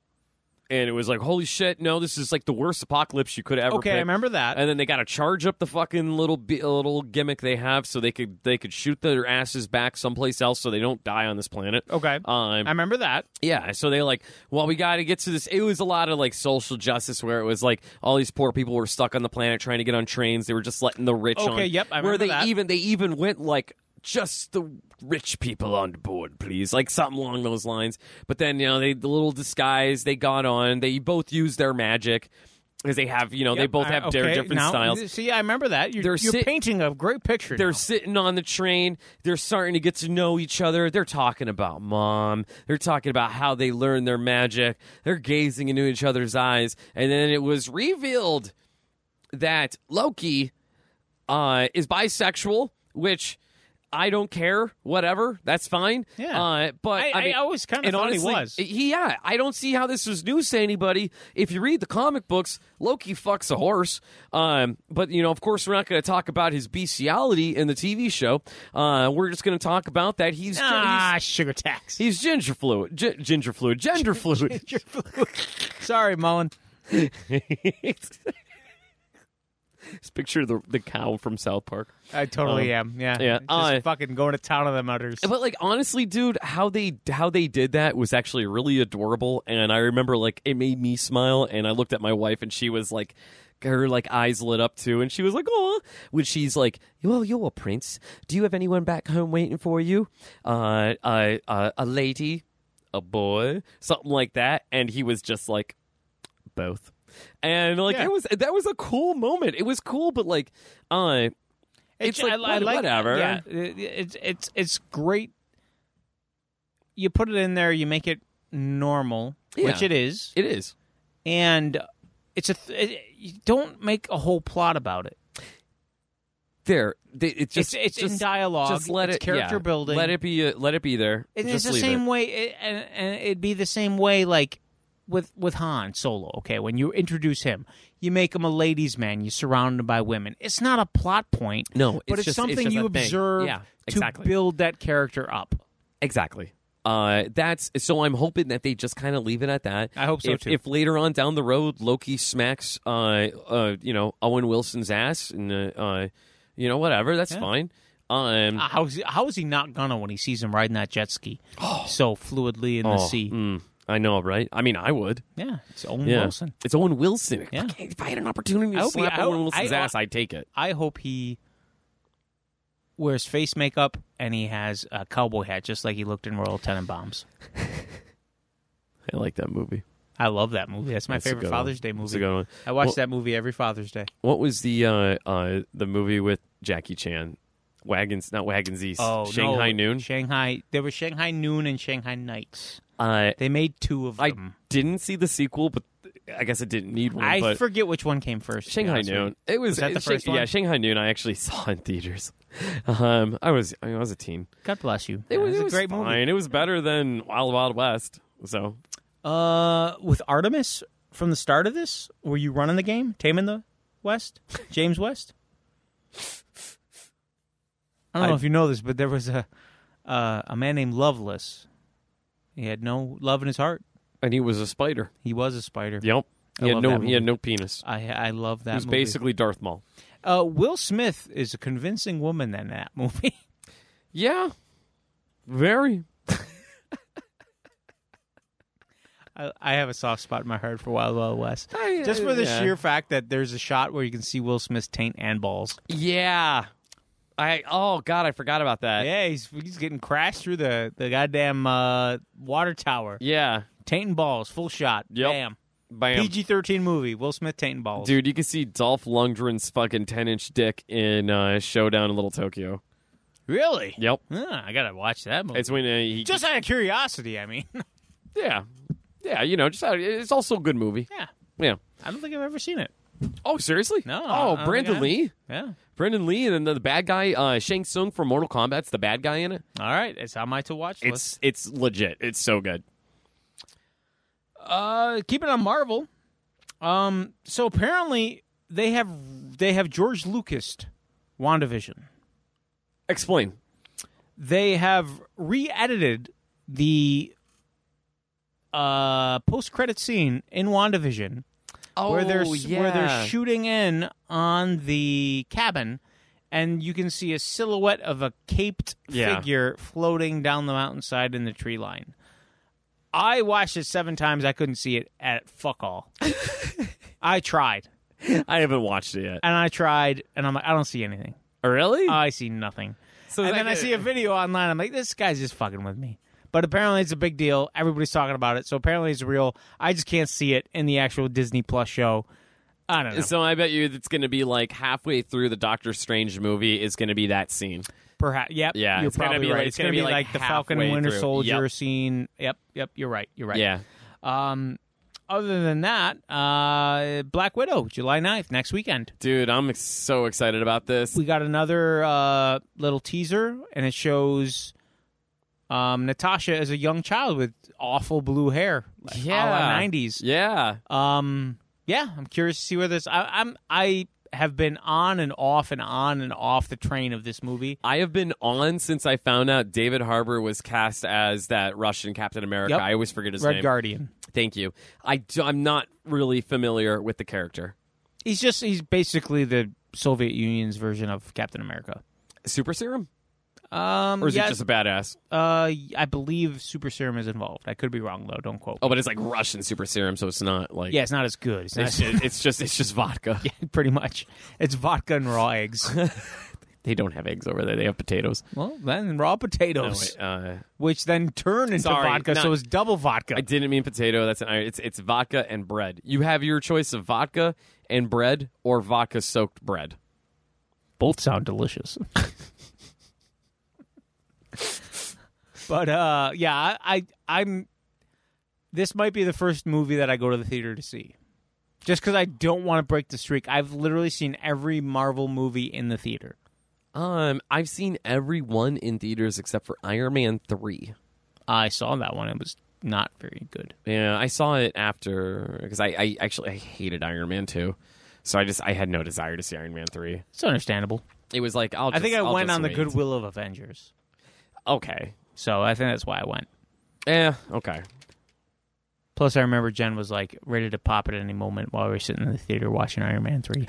And it was like, holy shit! No, this is like the worst apocalypse you could ever. Okay, I pick. remember that. and then they got to charge up the fucking little bi- uh, little gimmick they have so they could they could shoot their asses back someplace else so they don't die on this planet. okay, Um, I remember that. yeah, so they like, well, we got to get to this. It was a lot of like social justice where it was like all these poor people were stuck on the planet trying to get on trains. They were just letting the rich on. Okay, yep, I where remember they that. even they even went like just the rich people on board, please, like something along those lines. But then you know they the little disguise they got on. They both used their magic because they have you know Oh, they Yep, both I- have their okay, different now- styles. See, I remember that. You're, They're you're sit- painting a great picture. They're now. sitting on the train. They're starting to get to know each other. They're talking about mom. They're talking about how they learned their magic. They're gazing into each other's eyes. And then it was revealed that Loki uh, is bisexual, which I don't care. Whatever. That's fine. Yeah. Uh, but I- I, I mean, always kinda and thought he honestly, was. He, yeah, I don't see how this is news to anybody. If you read the comic books, Loki fucks a horse. Um, but you know, of course, we're not going to talk about his bestiality in the TV show. Uh, we're just going to talk about that he's ah sugar tax. he's, he's ginger fluid, Gi- ginger fluid, gender fluid. Sorry, Mullen. Just picture the the cow from South Park. I totally am. Yeah, yeah, Just I- fucking going to town on them udders. But like honestly, dude, how they how they did that was actually really adorable, and I remember like it made me smile, and I looked at my wife, and she was like. Her like eyes lit up too, and she was like, "Oh," when she's like, "Well, you're a prince. Do you have anyone back home waiting for you? Uh, uh, uh a lady, a boy, something like that." And he was just like, "Both," and like Yeah. it was that was a cool moment. It was cool, but like, uh, it's like, what- whatever. Yeah, it- it's it's it's great. You put it in there, you make it normal, which Yeah. it is, it is. and it's a th- it, you don't make a whole plot about it. there. They, it's just it's it's in just- dialogue. Just let it's it character yeah. building. Let it be. Uh, let it be there. And it's just the leave same It. way, it, and, and it'd be the same way, like with with Han Solo. Okay, when you introduce him, you make him a ladies' man. You surround him by women. It's not a plot point, No, but it's it's just- something just you a thing. observe Yeah, to exactly. build that character up. Exactly. Uh, that's so. I'm hoping that they just kind of leave it at that. I hope so, if, too. If later on down the road Loki smacks, uh, uh, you know Owen Wilson's ass, and uh, uh you know whatever, that's fine. Um, Uh, How's he, how is he not gonna when he sees him riding that jet ski so fluidly in the oh, sea? mm, I know, right? I mean, I would. Yeah, it's Owen Yeah, Wilson. it's Owen Wilson. Yeah. Fucking, If I had an opportunity I to hope he- slap I hope- Owen Wilson's I- ass, I'd take it. I hope he wears face makeup and he has a cowboy hat, just like he looked in Royal Tenenbaums. I like that movie. I love that movie. That's my That's a favorite good Father's one. Day It's a movie. good one. I watch Well- that movie every Father's Day. What was the uh, uh, the movie with Jackie Chan? Wagons, not Wagons East. Shanghai Noon. Oh, Shanghai. There was Shanghai Noon and Shanghai Nights. Uh, They made two of I them. didn't see the sequel, but I guess I didn't need one. Um, I but forget which one came first. to be Shanghai honest with Noon. It was, Was that the it- Shang- first one? Yeah, Shanghai Noon. I actually saw in theaters. Um, I was I, mean, I was a teen. you. God bless you. It Yeah, was, it's it a was great fine. movie. It was better than Wild Wild West. So Uh, with Artemis from the start of this, were you running the game, taming the West, James West? I don't know I- if you know this, but there was a uh, a man named Loveless. He had no love in his heart. and he was a spider. He was a spider. Yep. I He had love no that he had no penis. I I love that. he was movie. basically Darth Maul. Uh, Will Smith is a convincing woman in that movie. Yeah. Very. I, I have a soft spot in my heart for Wild Wild West. I- Just for the yeah. sheer fact that there's a shot where you can see Will Smith's taint and balls. Yeah. I oh god, I forgot about that. Yeah, he's he's getting crashed through the the goddamn uh, water tower. Yeah. Taint and balls, full shot. Yep. Damn. Bam. PG thirteen movie. Will Smith tainting balls. Dude, you can see Dolph Lundgren's fucking 10 inch dick in uh, Showdown in Little Tokyo. Really? Yep. Huh, I gotta watch that movie. It's when uh, he. just out of curiosity, I mean. Yeah. Yeah, you know, just uh, it's also a good movie. yeah. Yeah. I don't think I've ever seen it. Oh, seriously? No, I- I don't Oh, think I Brandon have. Lee. Yeah. Brandon Lee and then the, the bad guy, uh, Shang Tsung from Mortal Kombat's the bad guy in it. All right. It's on my to watch list. It's it's legit. It's so good. Uh, keep it on Marvel. Um, so apparently they have they have George Lucas, WandaVision. Explain. They have re-edited the uh post-credit scene in WandaVision Oh, where they're where they're shooting in on the cabin, and you can see a silhouette of a caped Yeah. figure floating down the mountainside in the tree line. I watched it seven times. I couldn't see it at fuck all. I tried I haven't watched it yet. and I tried, and I'm like, I don't see anything. really? I see nothing. so Uh, and that- then I see a video online. I'm like, this guy's just fucking with me. But apparently it's a big deal. Everybody's talking about it, so apparently it's real. I just can't see it in the actual Disney Plus show. I don't know. So I bet you it's going to be like halfway through the Doctor Strange movie is going to be that scene. Perhaps. Yep. Yeah, You're it's gonna probably be right. like- it's going to be like, the Falcon halfway and Winter through. Soldier Yep. scene. Yep. Yep. You're right. You're right. Yeah. Um, other than that, uh, Black Widow, July 9th, next weekend. Dude, I'm ex- so excited about this. We got another uh, little teaser, and it shows um, Natasha as a young child with awful blue hair, like, a la Yeah. nineties. Yeah. Um, yeah, I'm curious to see where this. I, I'm I have been on and off and on and off the train of this movie. I have been on since I found out David Harbour was cast as that Russian Captain America. Yep. I always forget his Red name. Guardian. Thank you. I do, I'm not really familiar with the character. He's just he's basically the Soviet Union's version of Captain America. Super Serum? Um, Or is yeah, it just a badass? uh, I believe Super Serum is involved. I could be wrong though. Don't quote. Oh, but it's like Russian Super Serum, so it's not like Yeah, it's not as good. It's not It's as, just, it's just it's just vodka. pretty much. It's vodka and raw eggs. They don't have eggs over there. They have potatoes. Well, then raw potatoes, uh, which then turn into Sorry, vodka, not- so it's double vodka. I didn't mean potato. That's an iron. It's it's vodka and bread. You have your choice of vodka and bread or vodka soaked bread. Both sound delicious. but uh, yeah, I, I I'm. This might be the first movie that I go to the theater to see, just because I don't want to break the streak. I've literally seen every Marvel movie in the theater. Um, I've seen every one in theaters except for Iron Man three. I saw that one; it was not very good. Yeah, I saw it after because I, I actually I hated Iron Man two, so I just I had no desire to see Iron Man three. It's understandable. It was like I'll. I think just- I I'll went just on the wait. goodwill of Avengers, Okay. so I think that's why I went. Yeah. Eh, Okay. Plus, I remember Jen was like ready to pop at any moment while we were sitting in the theater watching Iron Man 3.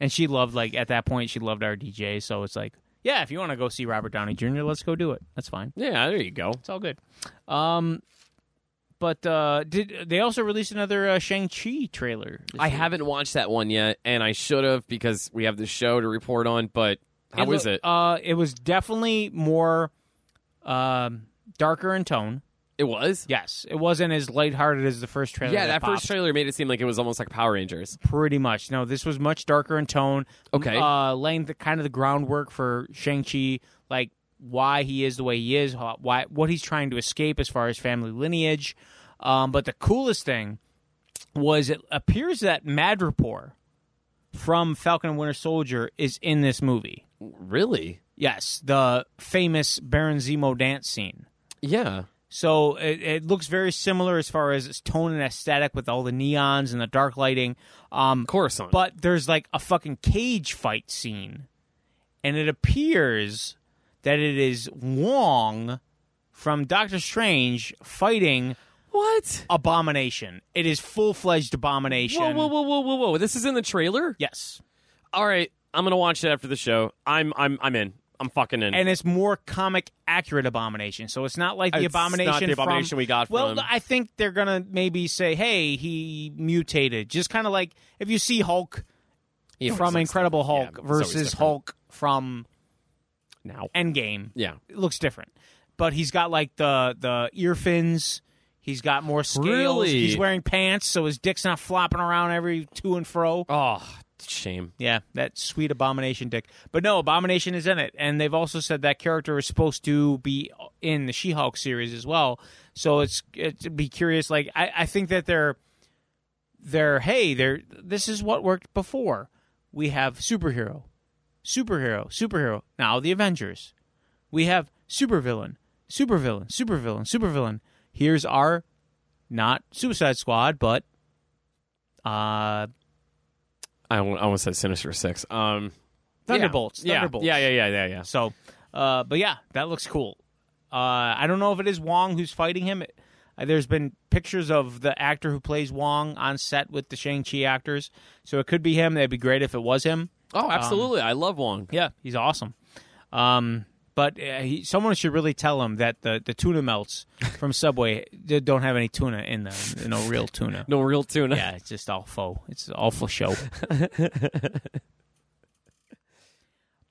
and she loved, like, at that point, she loved our DJ. So it's like, yeah, if you want to go see Robert Downey Jr., let's go do it. That's fine. Yeah. There you go. It's all good. Um, but uh, did they also released another uh, Shang-Chi trailer? this I week. haven't watched that one yet, and I should have because we have this show to report on. But how is It loo- it? Uh, it was definitely more um, darker in tone. It was. Yes. It wasn't as lighthearted as the first trailer. Yeah, that popped. first trailer made it seem like it was almost like Power Rangers. pretty much. No, this was much darker in tone. Okay. uh, laying the kind of the groundwork for Shang Chi, like why he is the way he is, how- why what he's trying to escape as far as family lineage. Um, but the coolest thing was it appears that Madripoor from Falcon and Winter Soldier is in this movie. Really? Yes, the famous Baron Zemo dance scene. Yeah. So it, it looks very similar as far as its tone and aesthetic with all the neons and the dark lighting. Um, Coruscant. but there's like a fucking cage fight scene, and it appears that it is Wong from Doctor Strange fighting what? Abomination. It is full fledged Abomination. Whoa, whoa, whoa, whoa, whoa, whoa! This is in the trailer. Yes, All right, I'm gonna watch it after the show. I'm, I'm, I'm in. I'm fucking in. and it's more comic accurate Abomination, so it's not like the It's not Abomination. the from- Abomination we got Well, from- I think they're gonna maybe say, "Hey, he mutated," just kind of like if you see Hulk He always from looks Incredible different. Hulk Yeah, he's always versus different. Hulk from now. Endgame. Yeah. it looks different. But he's got like the the ear fins. He's got more scales. Really? He's wearing pants, so his dick's not flopping around every to and fro. Oh, shame. Yeah, that sweet Abomination dick. But no, Abomination is in it. And they've also said that character is supposed to be in the She Hulk series as well. So it's, it's it'd be curious. Like, I, I think that they're, they're, hey, they're, this is what worked before. We have superhero, superhero, superhero. Now the Avengers. We have supervillain, supervillain, supervillain, supervillain. Here's our, not Suicide Squad, but, uh, I want, I want to say Sinister Six. Um, Thunderbolts. yeah. Thunderbolts. Yeah, yeah, yeah, yeah, yeah. So, uh, but yeah, that looks cool. Uh, I don't know if it is Wong who's fighting him. Uh, There's been pictures of the actor who plays Wong on set with the Shang Chi actors, so it could be him. That'd be great if it was him. Oh, absolutely. I love Wong. Yeah, he's awesome. Um, but uh, he, someone should really tell him that the, the tuna melts from Subway they don't have any tuna in them. No real tuna. No real tuna. Yeah, it's just all faux. It's an awful show.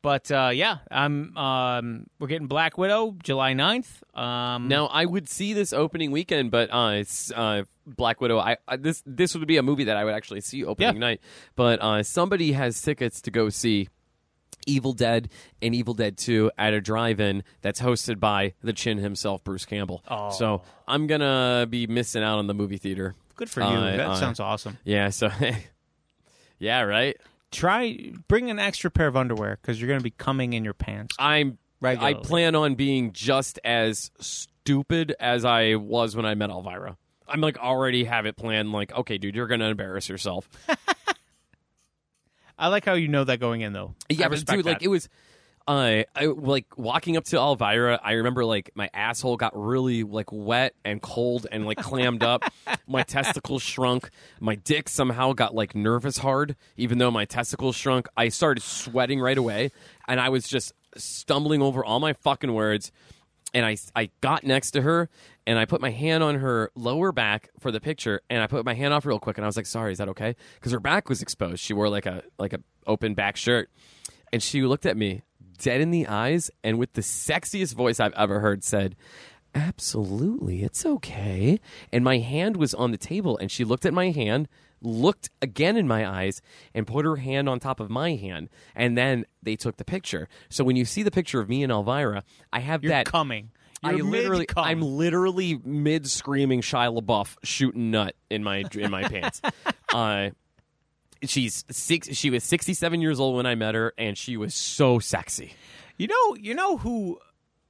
but uh, yeah, I'm. Um, we're getting Black Widow July 9th. Um, Now I would see this opening weekend, but uh, it's uh, Black Widow. I, I this this would be a movie that I would actually see opening Yeah. night. But uh, somebody has tickets to go see Evil Dead and Evil Dead Two at a drive-in that's hosted by the Chin himself, Bruce Campbell. Oh. So I'm gonna be missing out on the movie theater. good for you. Uh, that uh, sounds awesome. Yeah. So. yeah. Right. Try bring an extra pair of underwear because you're going to be coming in your pants. I'm. I Regularly. plan on being just as stupid as I was when I met Elvira. I'm like already have it planned. Like, okay, dude, you're gonna embarrass yourself. I like how you know that going in though. Yeah, I but respect dude, like that. it was, uh, I like walking up to Elvira. I remember like my asshole got really like wet and cold and like clammed up. My testicles shrunk. My dick somehow got like nervous hard, even though my testicles shrunk. I started sweating right away, and I was just stumbling over all my fucking words. And I I got next to her and I put my hand on her lower back for the picture and I put my hand off real quick and I was like, sorry, is that okay? Because her back was exposed. She wore like a like a open back shirt and she looked at me dead in the eyes and with the sexiest voice I've ever heard said, Absolutely, it's okay. And my hand was on the table and she looked at my hand, looked again in my eyes, and put her hand on top of my hand. And then they took the picture. So when you see the picture of me and Elvira, I have you're that coming. You're I literally, mid-cum. I'm literally mid screaming Shia LaBeouf shooting nut in my in my pants. Uh, she's six. She was 67 years old when I met her, and she was so sexy. You know, you know who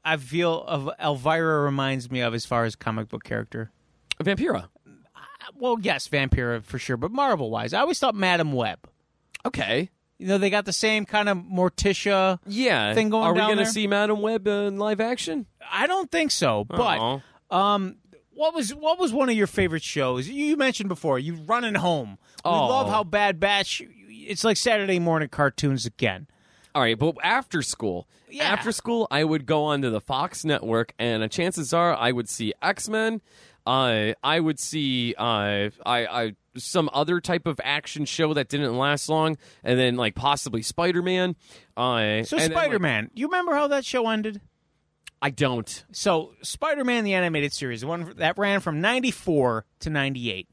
I feel of Elvira reminds me of as far as comic book character. Vampira. Well, yes, Vampira for sure, but Marvel wise, I always thought Madam Web. Okay. You know, they got the same kind of Morticia. Yeah. Thing going Are we down gonna there? see Madam Web in live action? Uh-huh. I don't think so, but Uh-oh. um, what was what was one of your favorite shows? You you mentioned before you running home. We Oh. love how Bad Batch. It's like Saturday morning cartoons again. All right, but after school, Yeah. after school, I would go onto the Fox network, and uh, chances are I would see X Men. Uh, I would see uh, I, I some other type of action show that didn't last long, and then like possibly Spider Man. Uh, So and then, like, Spider Man, you remember how that show ended? I don't. So, Spider Man, the animated series, the one that ran from 94 to 98.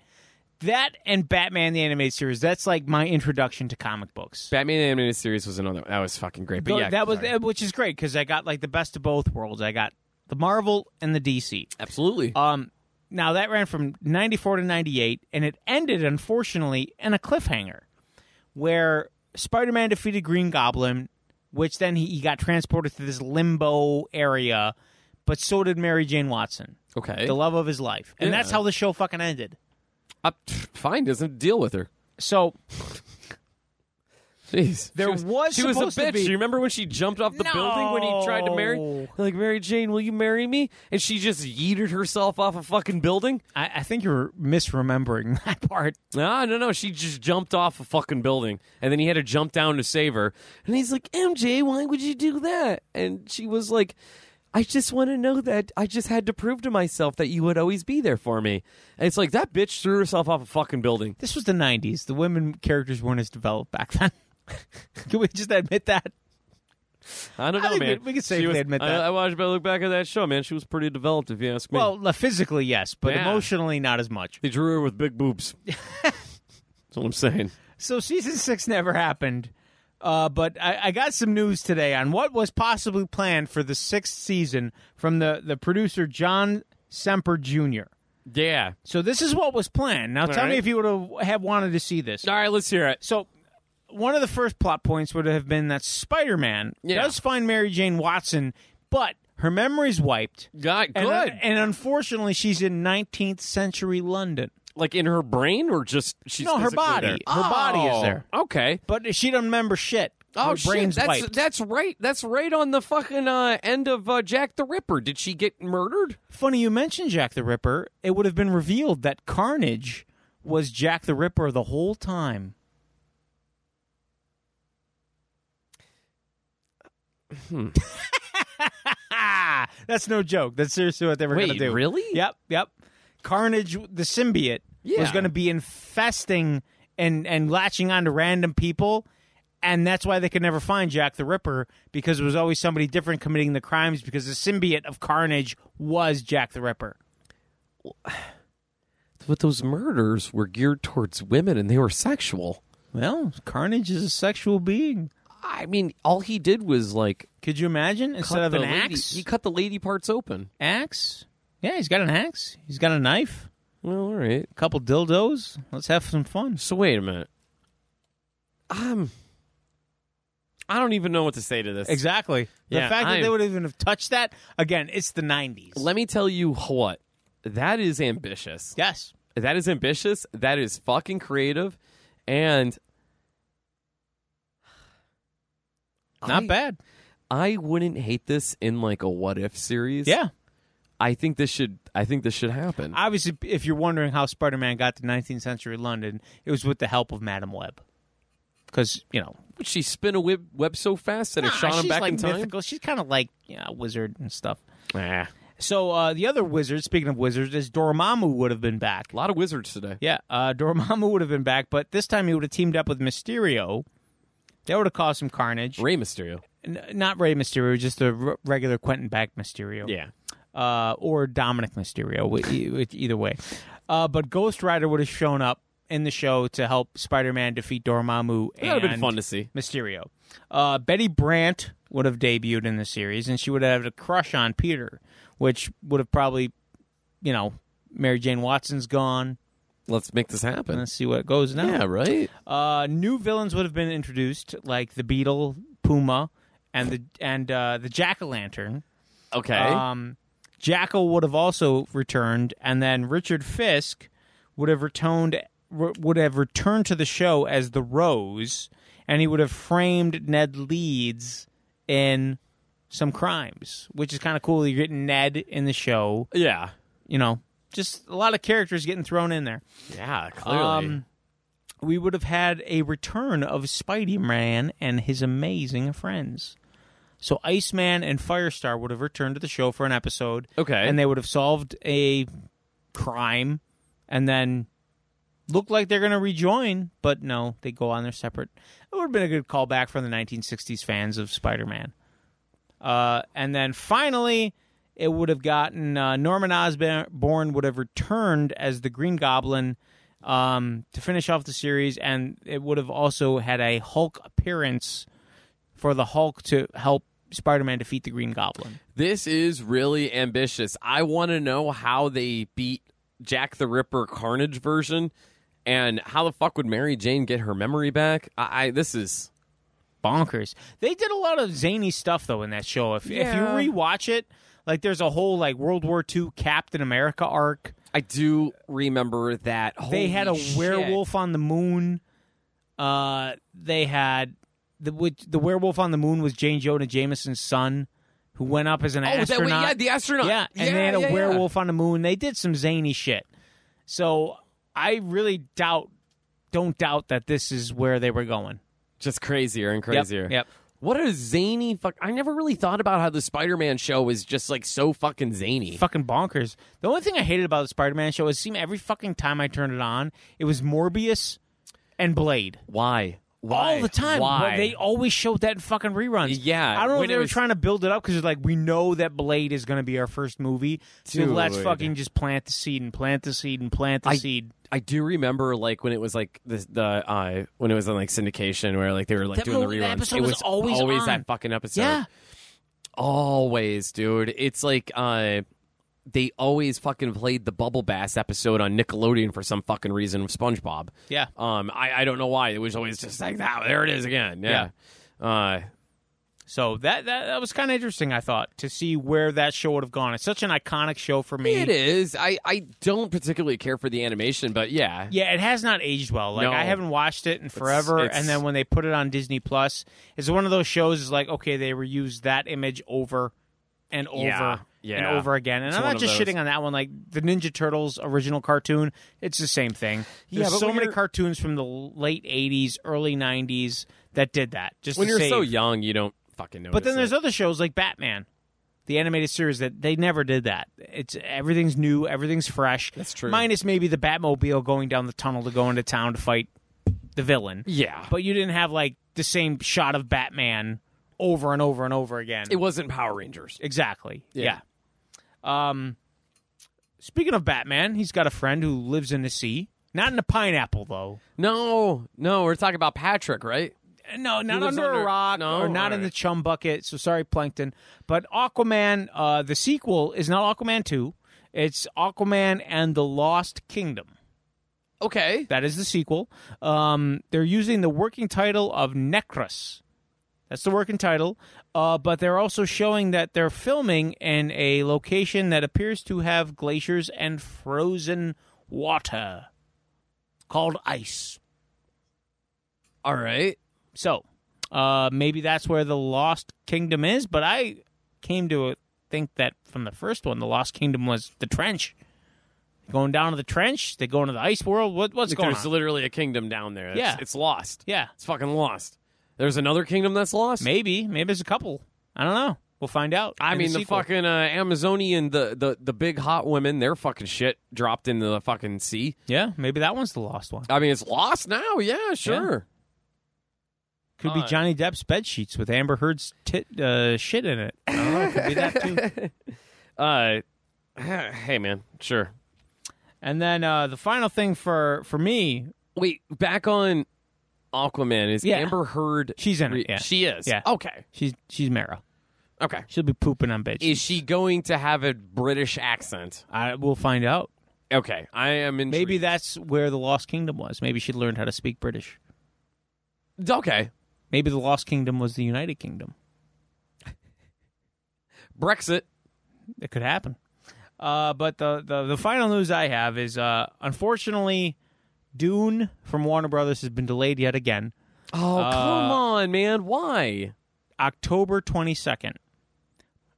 That and Batman, the animated series, that's like my introduction to comic books. Batman the animated series was another. That was fucking great. But Though yeah, that was, sorry. which is great because I got like the best of both worlds. I got the Marvel and the DC. absolutely. Um, now, that ran from 94 to 98, and it ended, unfortunately, in a cliffhanger where Spider Man defeated Green Goblin, which then he, he got transported to this limbo area, but so did Mary Jane Watson okay, the love of his life, and Yeah. that's how the show fucking ended. Uh, pff, fine. Doesn't deal with her. So Jeez. There she was she was a supposed to bitch. be- You remember when she jumped off the building when he tried to marry No. like Mary Jane, will you marry me? And she just yeeted herself off a fucking building? I, I think you're misremembering that part. No, no, no. She just jumped off a fucking building. And then he had to jump down to save her. And he's like, MJ, why would you do that? And she was like, I just want to know that I just had to prove to myself that you would always be there for me. And it's like that bitch threw herself off a fucking building. This was the '90s. The women characters weren't as developed back then. Can we just admit that? I don't I know, think we- man. we can She safely was- admit I- that. I, watched, but I look back at that show, man. She was pretty developed, if you ask me. Well, uh, physically, yes, but Yeah. emotionally, not as much. they drew her with big boobs. That's all I'm saying. So season six never happened. Uh, but I, I got some news today on what was possibly planned for the sixth season from the, the producer John Semper Jr. Yeah. So this is what was planned. Now tell me right. if you would have, have wanted to see this. All right, let's hear it. So one of the first plot points would have been that Spider Man Yeah. does find Mary Jane Watson, but her memory's wiped. God, good. And, uh, and unfortunately, she's in 19th century London. like in her brain, or just she's No, her physically body. there? Her body is Oh, there. Okay. But she doesn't remember shit. Oh her shit! brain's that's wiped. that's right. That's right on the fucking uh, end of uh, Jack the Ripper. Did she get murdered? Funny you mentioned Jack the Ripper. It would have been revealed that Carnage was Jack the Ripper the whole time. That's no joke. That's seriously what they were going to Wait, do. really? Yep, yep. Carnage, the symbiote, was Yeah. going to be infesting and and latching onto random people, and that's why they could never find Jack the Ripper because it was always somebody different committing the crimes because the symbiote of Carnage was Jack the Ripper. But those murders were geared towards women, and they were sexual. Well, Carnage is a sexual being. I mean, all he did was like Could you imagine cut instead of the an lady- axe? He cut the lady parts open. axe? Yeah, he's got an axe. He's got a knife, Well, all right. a couple dildos. Let's have some fun. So wait a minute. Um, I don't even know what to say to this. Exactly. The Yeah, fact that I- they would even have touched that again, it's the nineties. Let me tell you what. That is ambitious. yes. That is ambitious. That is fucking creative, and Not I- bad. I wouldn't hate this in like a what if series. Yeah. I think this should. I think this should happen. Obviously if you're wondering how Spider Man got to nineteenth century London, it was with the help of Madame Web. Because, you know, she spin a web, web so fast that it nah, shot him she's back like in time. mythical. She's kinda like you know, a wizard and stuff. Ah. So uh, the other wizard, speaking of wizards, is Dormammu would have been back. A lot of wizards today. Yeah, uh, Dormammu would have been back, but this time he would have teamed up with Mysterio. That would have caused some carnage. Rey Mysterio. N- not Rey Mysterio, just the r- regular Quentin back Mysterio. Uh, or Dominic Mysterio, wh- e- which- either way. Uh, but Ghost Rider would have shown up in the show to help Spider Man defeat Dormammu and That would have been fun to see. Mysterio. Uh, Betty Brant would have debuted in the series, and she would have had a crush on Peter, which would have probably, you know, Mary Jane Watson's gone. Let's make this happen. Let's see what goes now. Yeah, right? Uh, new villains would have been introduced, like the Beetle, Puma, and the and uh, the Jack o' Lantern. Okay. Um, Jackal would have also returned, and then Richard Fisk would have returned would have returned to the show as the Rose, and he would have framed Ned Leeds in some crimes, which is kind of cool. You're getting Ned in the show, yeah. you know, just a lot of characters getting thrown in there. Yeah, clearly. Um, we would have had a return of Spidey Man and his amazing friends. So Iceman and Firestar would have returned to the show for an episode. Okay. And they would have solved a crime and then look like they're going to rejoin, but no, they go on their separate. It would have been a good callback for the 1960s fans of Spider Man. Uh, and then finally, it would have gotten uh, Norman Osborn would have returned as the Green Goblin um, to finish off the series, and it would have also had a Hulk appearance for the Hulk to help Spider-Man defeat the Green Goblin. this is really ambitious. I want to know how they beat Jack the Ripper Carnage version and how the fuck would Mary Jane get her memory back? I, I this is Bonkers! They did a lot of zany stuff though in that show. If Yeah. if you rewatch it, like there's a whole like World War II Captain America arc. I do remember that. Holy they had a shit. werewolf on the moon. Uh, they had the which, the werewolf on the moon was Jane Jonah Jameson's son, who went up as an Oh, that way, astronaut. yeah, the astronaut. Yeah, and they had a yeah, yeah. werewolf on the moon. They did some zany shit. So I really doubt, don't doubt that this is where they were going. Just crazier and Yep, crazier. yep. What a zany fuck! I never really thought about how the Spider-Man show was just like so fucking zany. Fucking bonkers. The only thing I hated about the Spider-Man show is, it seemed every fucking time I turned it on, it was Morbius and Blade. Why? Why? all the time. Why? They always showed that in fucking reruns. Yeah, I don't know when if they it were was- trying to build it up because like we know that Blade is going to be our first movie, so let's Dude. fucking just plant the seed and plant the seed and plant the I- seed. I do remember like when it was like the the uh, when it was on like syndication where like they were like That doing the mo- reruns. that episode it was always on. that fucking episode. Yeah. always, dude. It's like uh, they always fucking played the Bubble Bass episode on Nickelodeon for some fucking reason with SpongeBob. Yeah. Um, I I don't know why it was always just like that. There it is again. Yeah. Uh, So that that, that was kind of interesting. I thought to see where that show would have gone. It's such an iconic show for me. it is. I I don't particularly care for the animation, but yeah. Yeah, it has not aged well. Like No. I haven't watched it in forever. it's- And then when they put it on Disney Plus, it's one of those shows. Is like okay, they reused that image over and over Yeah, yeah. and over again. And It's I'm one not of just those. shitting on that one. Like the Ninja Turtles original cartoon, it's the same thing. Yeah, There's but so when many you're- cartoons from the late '80s, early '90s that did that. Just When to you're so save. young, you don't fucking know. But then there's other shows like Batman, the animated series that they never did that. It's everything's new, everything's fresh. That's true. Minus maybe the Batmobile going down the tunnel to go into town to fight the villain. yeah. But you didn't have like the same shot of Batman over and over and over again. It wasn't Power Rangers. exactly. Yeah. Yeah. Um speaking of Batman, he's got a friend who lives in the sea. Not in a pineapple though. No, no, we're talking about Patrick, right? No, not lives under, under- a rock no? or not in Alright. the chum bucket. So sorry, Plankton. But Aquaman, uh, the sequel is not Aquaman 2. It's Aquaman and the Lost Kingdom. Okay. That is the sequel. Um, they're using the working title of Necrus. That's the working title. Uh, but they're also showing that they're filming in a location that appears to have glaciers and frozen water called ice. All right. So uh, maybe that's where the Lost Kingdom is, but I came to think that from the first one, the Lost Kingdom was the trench. Going down to the trench, they go into the ice world. What, what's going There's on? literally a kingdom down there. It's, Yeah. It's lost. yeah, It's fucking lost. There's another kingdom that's lost? maybe. Maybe there's a couple. I don't know. We'll find out. I in mean, the, sequel. fucking uh, Amazonian, the, the, the big hot women, their fucking shit dropped into the fucking sea. Yeah, maybe that one's the lost one. I mean, it's lost now. Yeah, sure. Could be Uh, Johnny Depp's bed sheets with Amber Heard's tit, uh, shit in it. I don't know. It could be that too. Uh, hey, man. Sure. And then uh, the final thing for for me, Wait, back on Aquaman. Is Yeah. Amber Heard. she's in re- it. Yeah, She is. Yeah. Okay. she's she's Mara. Okay. She'll be pooping on bed. Is she going to have a British accent? I, we'll find out. Okay, I am in. Maybe that's where the Lost Kingdom was. Maybe she learned how to speak British. okay. Maybe the Lost Kingdom was the United Kingdom. Brexit. It could happen. Uh, but the, the the final news I have is uh, unfortunately, Dune from Warner Brothers has been delayed yet again. Oh come Uh, on, man! Why? October twenty second.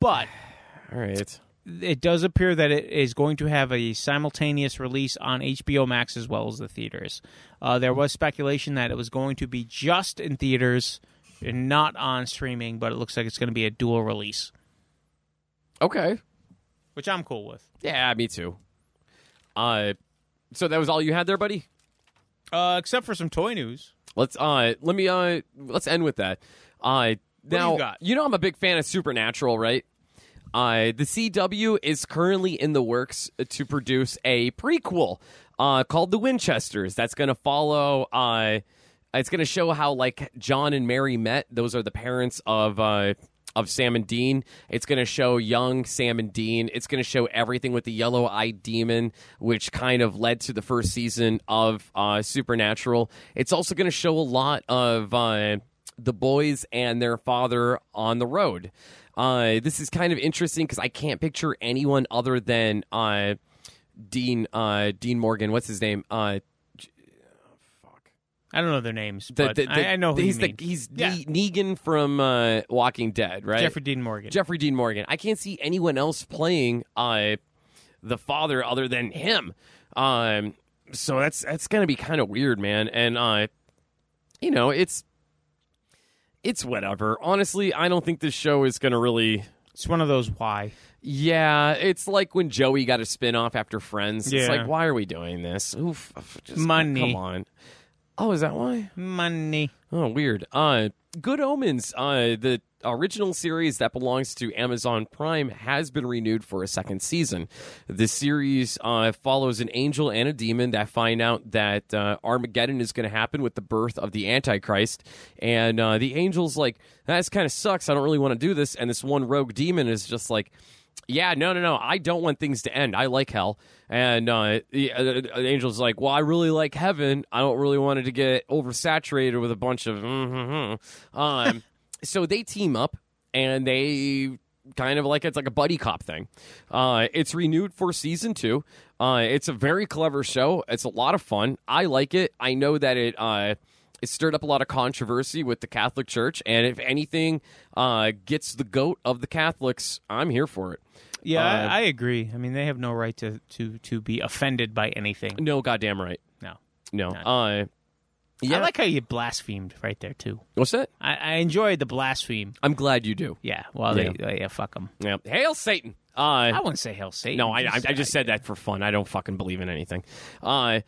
But All right. it does appear that it is going to have a simultaneous release on HBO Max as well as the theaters. Uh, there was speculation that it was going to be just in theaters and not on streaming, but it looks like it's going to be a dual release, Okay. which I'm cool with. Yeah, me too. Uh, so that was all you had there, buddy. Uh, except for some toy news. Let's uh, let me uh, let's end with that. Uh, do now you got? know I'm a big fan of Supernatural, right? Uh, the CW is currently in the works to produce a prequel uh, called The Winchesters. That's going to follow. Uh, it's going to show how like John and Mary met. Those are the parents of uh, of Sam and Dean. It's going to show young Sam and Dean. It's going to show everything with the yellow eyed demon, which kind of led to the first season of uh, Supernatural. It's also going to show a lot of. Uh, the boys and their father on the road. Uh, this is kind of interesting because I can't picture anyone other than uh, Dean uh, Dean Morgan. What's his name? Uh, I don't know their names, the- but the- the- I, I know who he's you mean. the he's Yeah. Ne- Negan from uh, Walking Dead, right? Jeffrey Dean Morgan. Jeffrey Dean Morgan. I can't see anyone else playing uh, the father other than him. Um, so that's that's gonna be kind of weird, man. And uh, you know, it's it's whatever. Honestly, I don't think this show is gonna really. it's one of those why. Yeah, it's like when Joey got a spin off after Friends. It's Yeah. like, why are we doing this? Oof, just, Money. Come on. Oh, is that why? Money. Oh, weird. Uh, Good Omens, uh, the original series that belongs to Amazon Prime, has been renewed for a second season. The series uh, follows an angel and a demon that find out that uh, Armageddon is going to happen with the birth of the Antichrist, and uh, the angel's like, "That kind of sucks. I don't really want to do this." And this one rogue demon is just like. Yeah, no, no, no. I don't want things to end. I like hell. And uh, the, uh, the angel's like, well, I really like heaven. I don't really want it to get oversaturated with a bunch of. Mm-hmm. Um, so they team up and they kind of like it's like a buddy cop thing. Uh, it's renewed for season two. Uh, it's a very clever show. It's a lot of fun. I like it. I know that it. Uh, it stirred up a lot of controversy with the Catholic Church, and if anything uh, gets the goat of the Catholics, I'm here for it. Yeah, Uh, I, I agree. I mean, they have no right to, to, to be offended by anything. No, goddamn right. No. No. Not- Uh, yeah. I like how you blasphemed right there, too. What's that? I, I enjoyed the blaspheme. I'm glad you do. Yeah, well, they, they- yeah, fuck them. Yeah. Hail Satan. Uh, I wouldn't say hell Satan. no, I, I, I just said that for fun. I don't fucking believe in anything. Uh,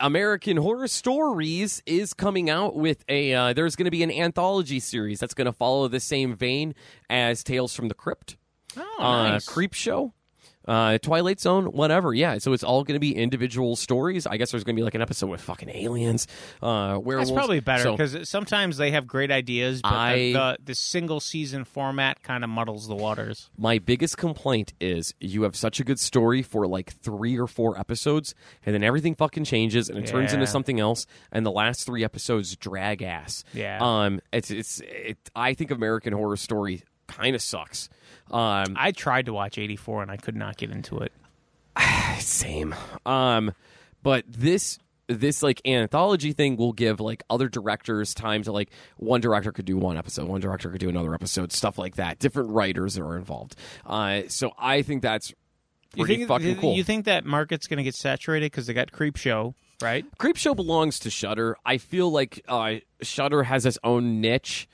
American Horror Stories is coming out with a. Uh, there's going to be an anthology series that's going to follow the same vein as Tales from the Crypt. Oh, uh, nice. Creep Show, uh, Twilight Zone, whatever. Yeah, so it's all going to be individual stories. I guess there's going to be like an episode with fucking aliens, uh, werewolves. That's probably better So, because sometimes they have great ideas, but I- the, the, the single season format kind of muddles the waters. my biggest complaint is you have such a good story for like three or four episodes, and then everything fucking changes and it turns Yeah. into something else, and the last three episodes drag ass. Yeah. Um, it's it's it. I think American Horror Story kind of sucks. Um, I tried to watch 84 and I could not get into it. same um but this this like anthology thing will give like other directors time to like one director could do one episode one director could do another episode stuff like that different writers are involved uh so i think that's You pretty think, fucking cool you think that market's going to get saturated because they got Creep Show, right? creep show belongs to shutter i feel like uh shutter has its own niche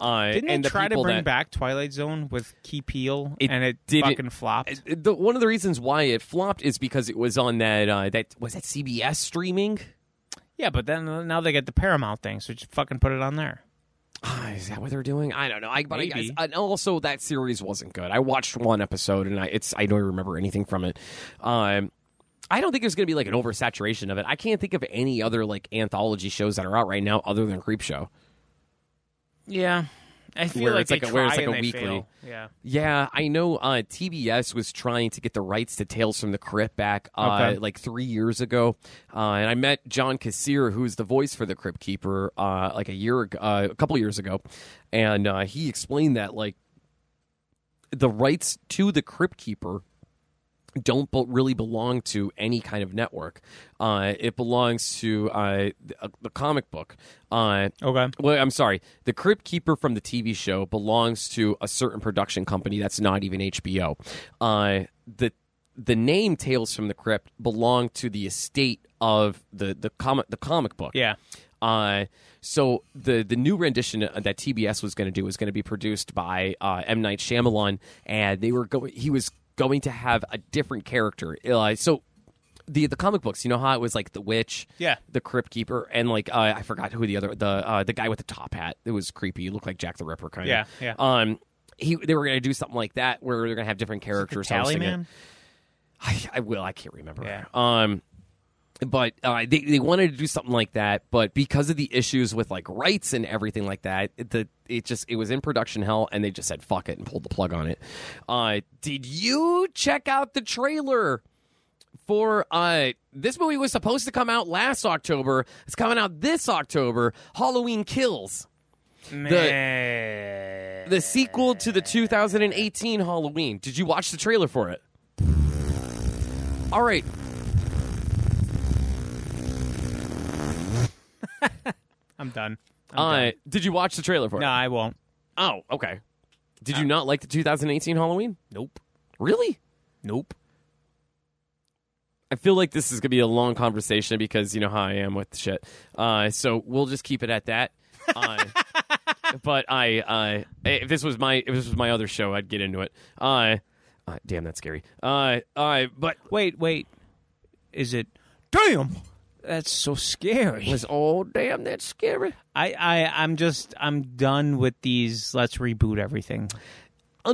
uh Didn't and they the try to people bring that- back Twilight Zone with Key Peele It and it didn't- fucking flopped? the, one of the reasons why it flopped is because it was on that uh, that was that CBS streaming. yeah, but then uh, now they got the Paramount thing, so just fucking put it on there. Ah, is that what they're doing? I don't know. I, but I, Maybe. I- and also that series wasn't good. I watched one episode and I it's I don't remember anything from it. Um, I don't think there's going to be like an oversaturation of it. I can't think of any other like anthology shows that are out right now other than Creepshow. Yeah, I feel Where like it's they like a- where it's try like and a they weekly. fail. Yeah, Yeah, I know. Uh, TBS was trying to get the rights to Tales from the Crypt back uh, Okay. like three years ago, uh, and I met John Kassir, who's the voice for the Crypt Keeper, uh, like a year, ag- uh, a couple years ago, and uh, he explained that like the rights to the Crypt Keeper don't be- really belong to any kind of network. Uh, it belongs to uh, the, the comic book. Uh, okay. well, I'm sorry. The Crypt Keeper from the TV show belongs to a certain production company that's not even HBO. Uh, the the name Tales from the Crypt belonged to the estate of the the comic the comic book. Yeah, Uh, so the the new rendition uh, that TBS was going to do was going to be produced by uh, M Night Shyamalan, and they were going. He was going to have a different character. Uh, so the the comic books, you know how it was like the witch, Yeah. the crypt keeper, and like uh, I forgot who the other the uh, the guy with the top hat. It was creepy. He looked like Jack the Ripper, kind of. Yeah, yeah. Um, he they were going to do something like that where they're going to have different characters. hosting it. Tallyman. I, I will. I can't remember. Yeah. Um, but uh, they they wanted to do something like that, but because of the issues with like rights and everything like that, it- the it just it was in production hell, and they just said fuck it and pulled the plug on it. Uh, did you check out the trailer? For uh, this movie was supposed to come out last October. It's coming out this October. Halloween Kills, Man. the sequel to the 2018 Halloween. Did you watch the trailer for it? All right, I'm done. I'm done. Uh, did you watch the trailer for No, it? I won't. Oh, okay. Did you not like the 2018 Halloween? Nope. Really? Nope. I feel like this is going to be a long conversation because you know how I am with shit. Uh, so we'll just keep it at that. Uh, but I, uh, if this was my, if this was my other show, I'd get into it. Uh, uh, damn, that's scary. Uh, uh, but Wait, wait. Is it? Damn. that's so scary. was, oh, damn, that's scary. I, I, I'm just, I'm done with these. Let's reboot everything. I'm,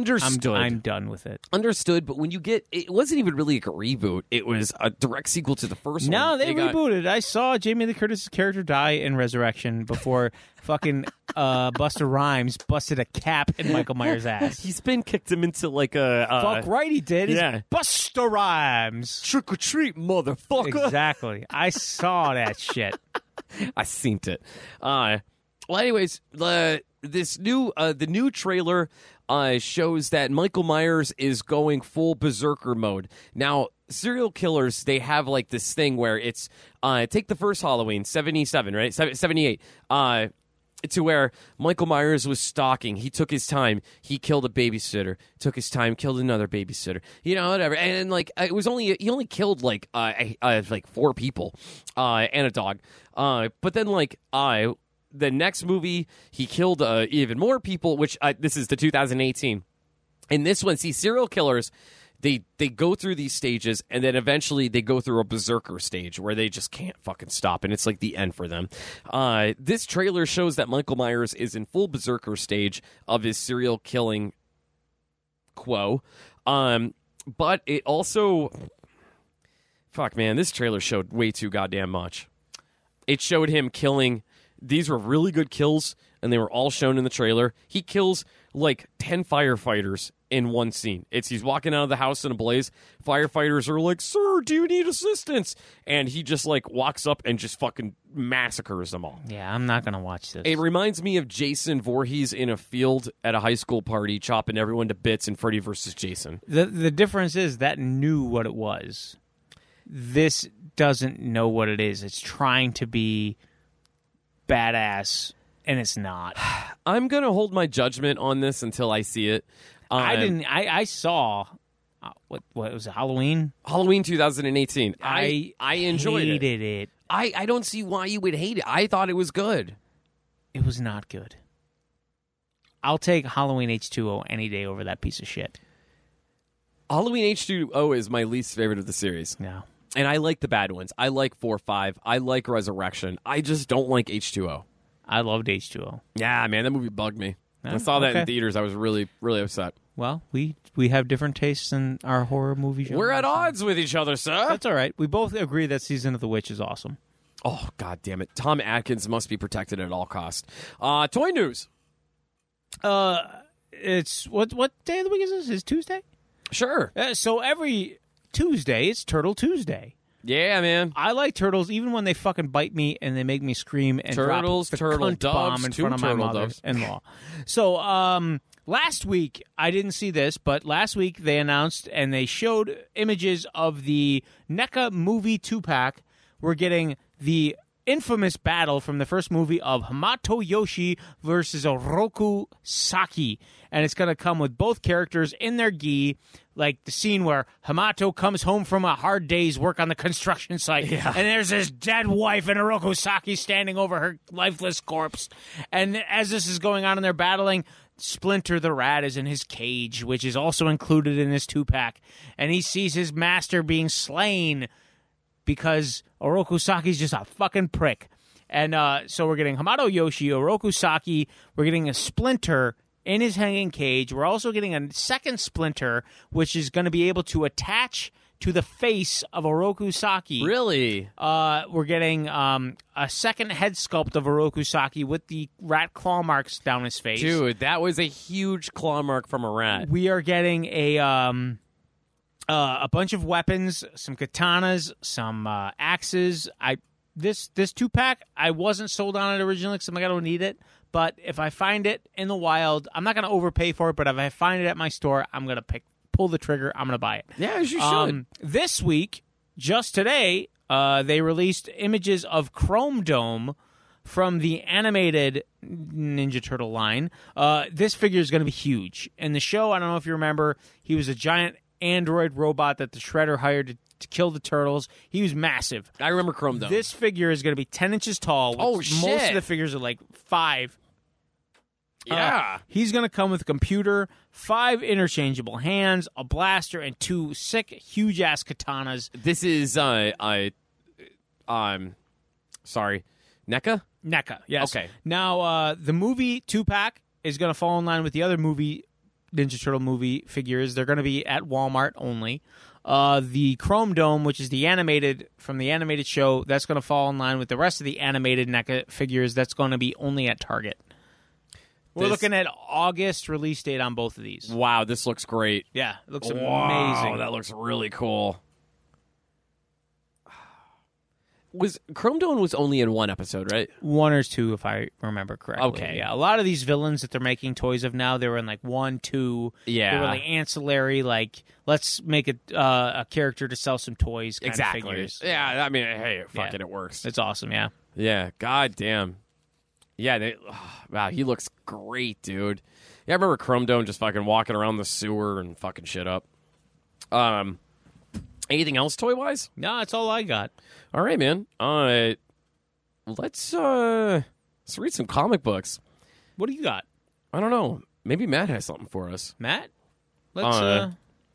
Understood. I'm done with it. Understood, but when you get, it wasn't even really like a reboot. It was a direct sequel to the first one. No, they, got- rebooted. I saw Jamie Lee Curtis's character die in Resurrection before fucking uh, Buster Rhymes busted a cap in Michael Myers' ass. He's been kicked him into like a uh, Fuck right, he did. It's yeah. Buster Rhymes. trick or treat, motherfucker. Exactly. I saw that shit. I seen it. Uh, well, anyways, the this new uh, the new trailer uh, shows that Michael Myers is going full berserker mode. Now, serial killers they have like this thing where it's uh, take the first Halloween seventy seven right seventy eight. Uh, to where Michael Myers was stalking. He took his time. He killed a babysitter. Took his time. Killed another babysitter. You know, whatever. And, and, like it was only he only killed like uh, uh like four people, uh, and a dog. Uh, but then like I. the next movie, he killed uh, even more people, which uh, this is the 2018 in this one see serial killers they they go through these stages and then eventually they go through a berserker stage where they just can't fucking stop and it's like the end for them uh, this trailer shows that michael myers is in full berserker stage of his serial killing quo um, but it also fuck man this trailer showed way too goddamn much it showed him killing these were really good kills and they were all shown in the trailer he kills like 10 firefighters in one scene it's he's walking out of the house in a blaze firefighters are like sir do you need assistance and he just like walks up and just fucking massacres them all Yeah, I'm not gonna watch this. it reminds me of Jason Voorhees in a field at a high school party, chopping everyone to bits in Freddy versus Jason. the The difference is that knew what it was. This doesn't know what it is. It's trying to be badass, and it's not. I'm gonna hold my judgment on this until I see it. I Um, didn't. I, I saw uh, what what was it, Halloween. Halloween 2018. I I I enjoyed it. hated it. it. I, I don't see why you would hate it. I thought it was good. was not good. I'll take Halloween H two O any day over that piece of shit. Halloween H2O is my least favorite of the series. No, And I like the bad ones. I like 4 5. I like Resurrection. I just don't like H2O. I loved H two O. Yeah, man, that movie bugged me. When I Oh, saw that in okay. theaters. I was really, really upset. Well, we we have different tastes in our horror movie. genre. We're at odds with each other, sir. That's all right. We both agree that Season of the Witch is awesome. Oh, god damn it. Tom Atkins must be protected at all costs. Uh, toy news. Uh, it's what what day of the week is this? Is Tuesday? Sure. Uh, so every Tuesday, it's Turtle Tuesday. Yeah, man. I like turtles even when they fucking bite me and they make me scream and drop Turtles, the turtle cunt doves, bomb in two front of my turtle mother doves. in law. So um, last week I didn't see this, but last week they announced and they showed images of the NECA movie two pack. We're getting the infamous battle from the first movie of Hamato Yoshi versus Oroku Saki. And it's going to come with both characters in their gi, like the scene where Hamato comes home from a hard day's work on the construction site. And there's his dead wife and Oroku Saki standing over her lifeless corpse. And as this is going on and they're battling, Splinter the Rat is in his cage, which is also included in this two pack. And he sees his master being slain because Oroku Saki's just a fucking prick. And uh, so we're getting Hamato Yoshi, Oroku Saki, we're getting a splinter in his hanging cage. We're also getting a second splinter, which is going to be able to attach to the face of Oroku Saki. Really? Uh, we're getting um, a second head sculpt of Oroku Saki with the rat claw marks down his face. Dude, that was a huge claw mark from a rat. We are getting a um uh, a bunch of weapons, some katanas, some uh, axes. I this this two pack I wasn't sold on it originally because I'm like I don't need it. But if I find it in the wild, I'm not gonna overpay for it. But if I find it at my store, I'm gonna pick pull the trigger. I'm gonna buy it. Yeah, as you Um, this week, just today, uh, they released images of Chrome Dome from the animated Ninja Turtle line. Uh, this figure is going to be huge. In the show, I don't know if you remember, he was a giant android robot that the Shredder hired to, to kill the turtles. He was massive. I remember Chrome Dome. This figure is going to be 10 inches tall. which Oh, Most shit. of the figures are like five. Uh, yeah. he's going to come with a computer, five interchangeable hands, a blaster, and two sick, huge ass katanas. this is uh I um Sorry, E NECA. NECA. E Yes. Okay. Now uh, the movie two pack is going to fall in line with the other movie Ninja Turtle movie figures. They're going to be at Walmart only. Uh, the Chrome Dome, which is the animated from the animated show, that's going to fall in line with the rest of the animated NECA figures. That's going to be only at Target. We're This- looking at August release date on both of these. Wow, this looks great. Yeah, it looks Wow, amazing. that looks really cool. Was Chrome Dome was only in one episode, right? one or two, if I remember correctly. Okay. yeah. A lot of these villains that they're making toys of now, they were in like one, two. they Yeah. were like ancillary. Like, let's make a uh, a character to sell some toys. Kind Of figures. Yeah, I mean, hey, fuck Yeah. it, it works. It's awesome. Yeah. Yeah, god damn. Yeah, they, ah, wow, he looks great, dude. Yeah, I remember Chrome Dome just fucking walking around the sewer and fucking shit up. Um, anything else toy wise? No, that's all I got. All right, man. Uh, let's uh, let's read some comic books. What do you got, I don't know. Maybe Matt has something for us. Matt? Let's. Uh, Uh,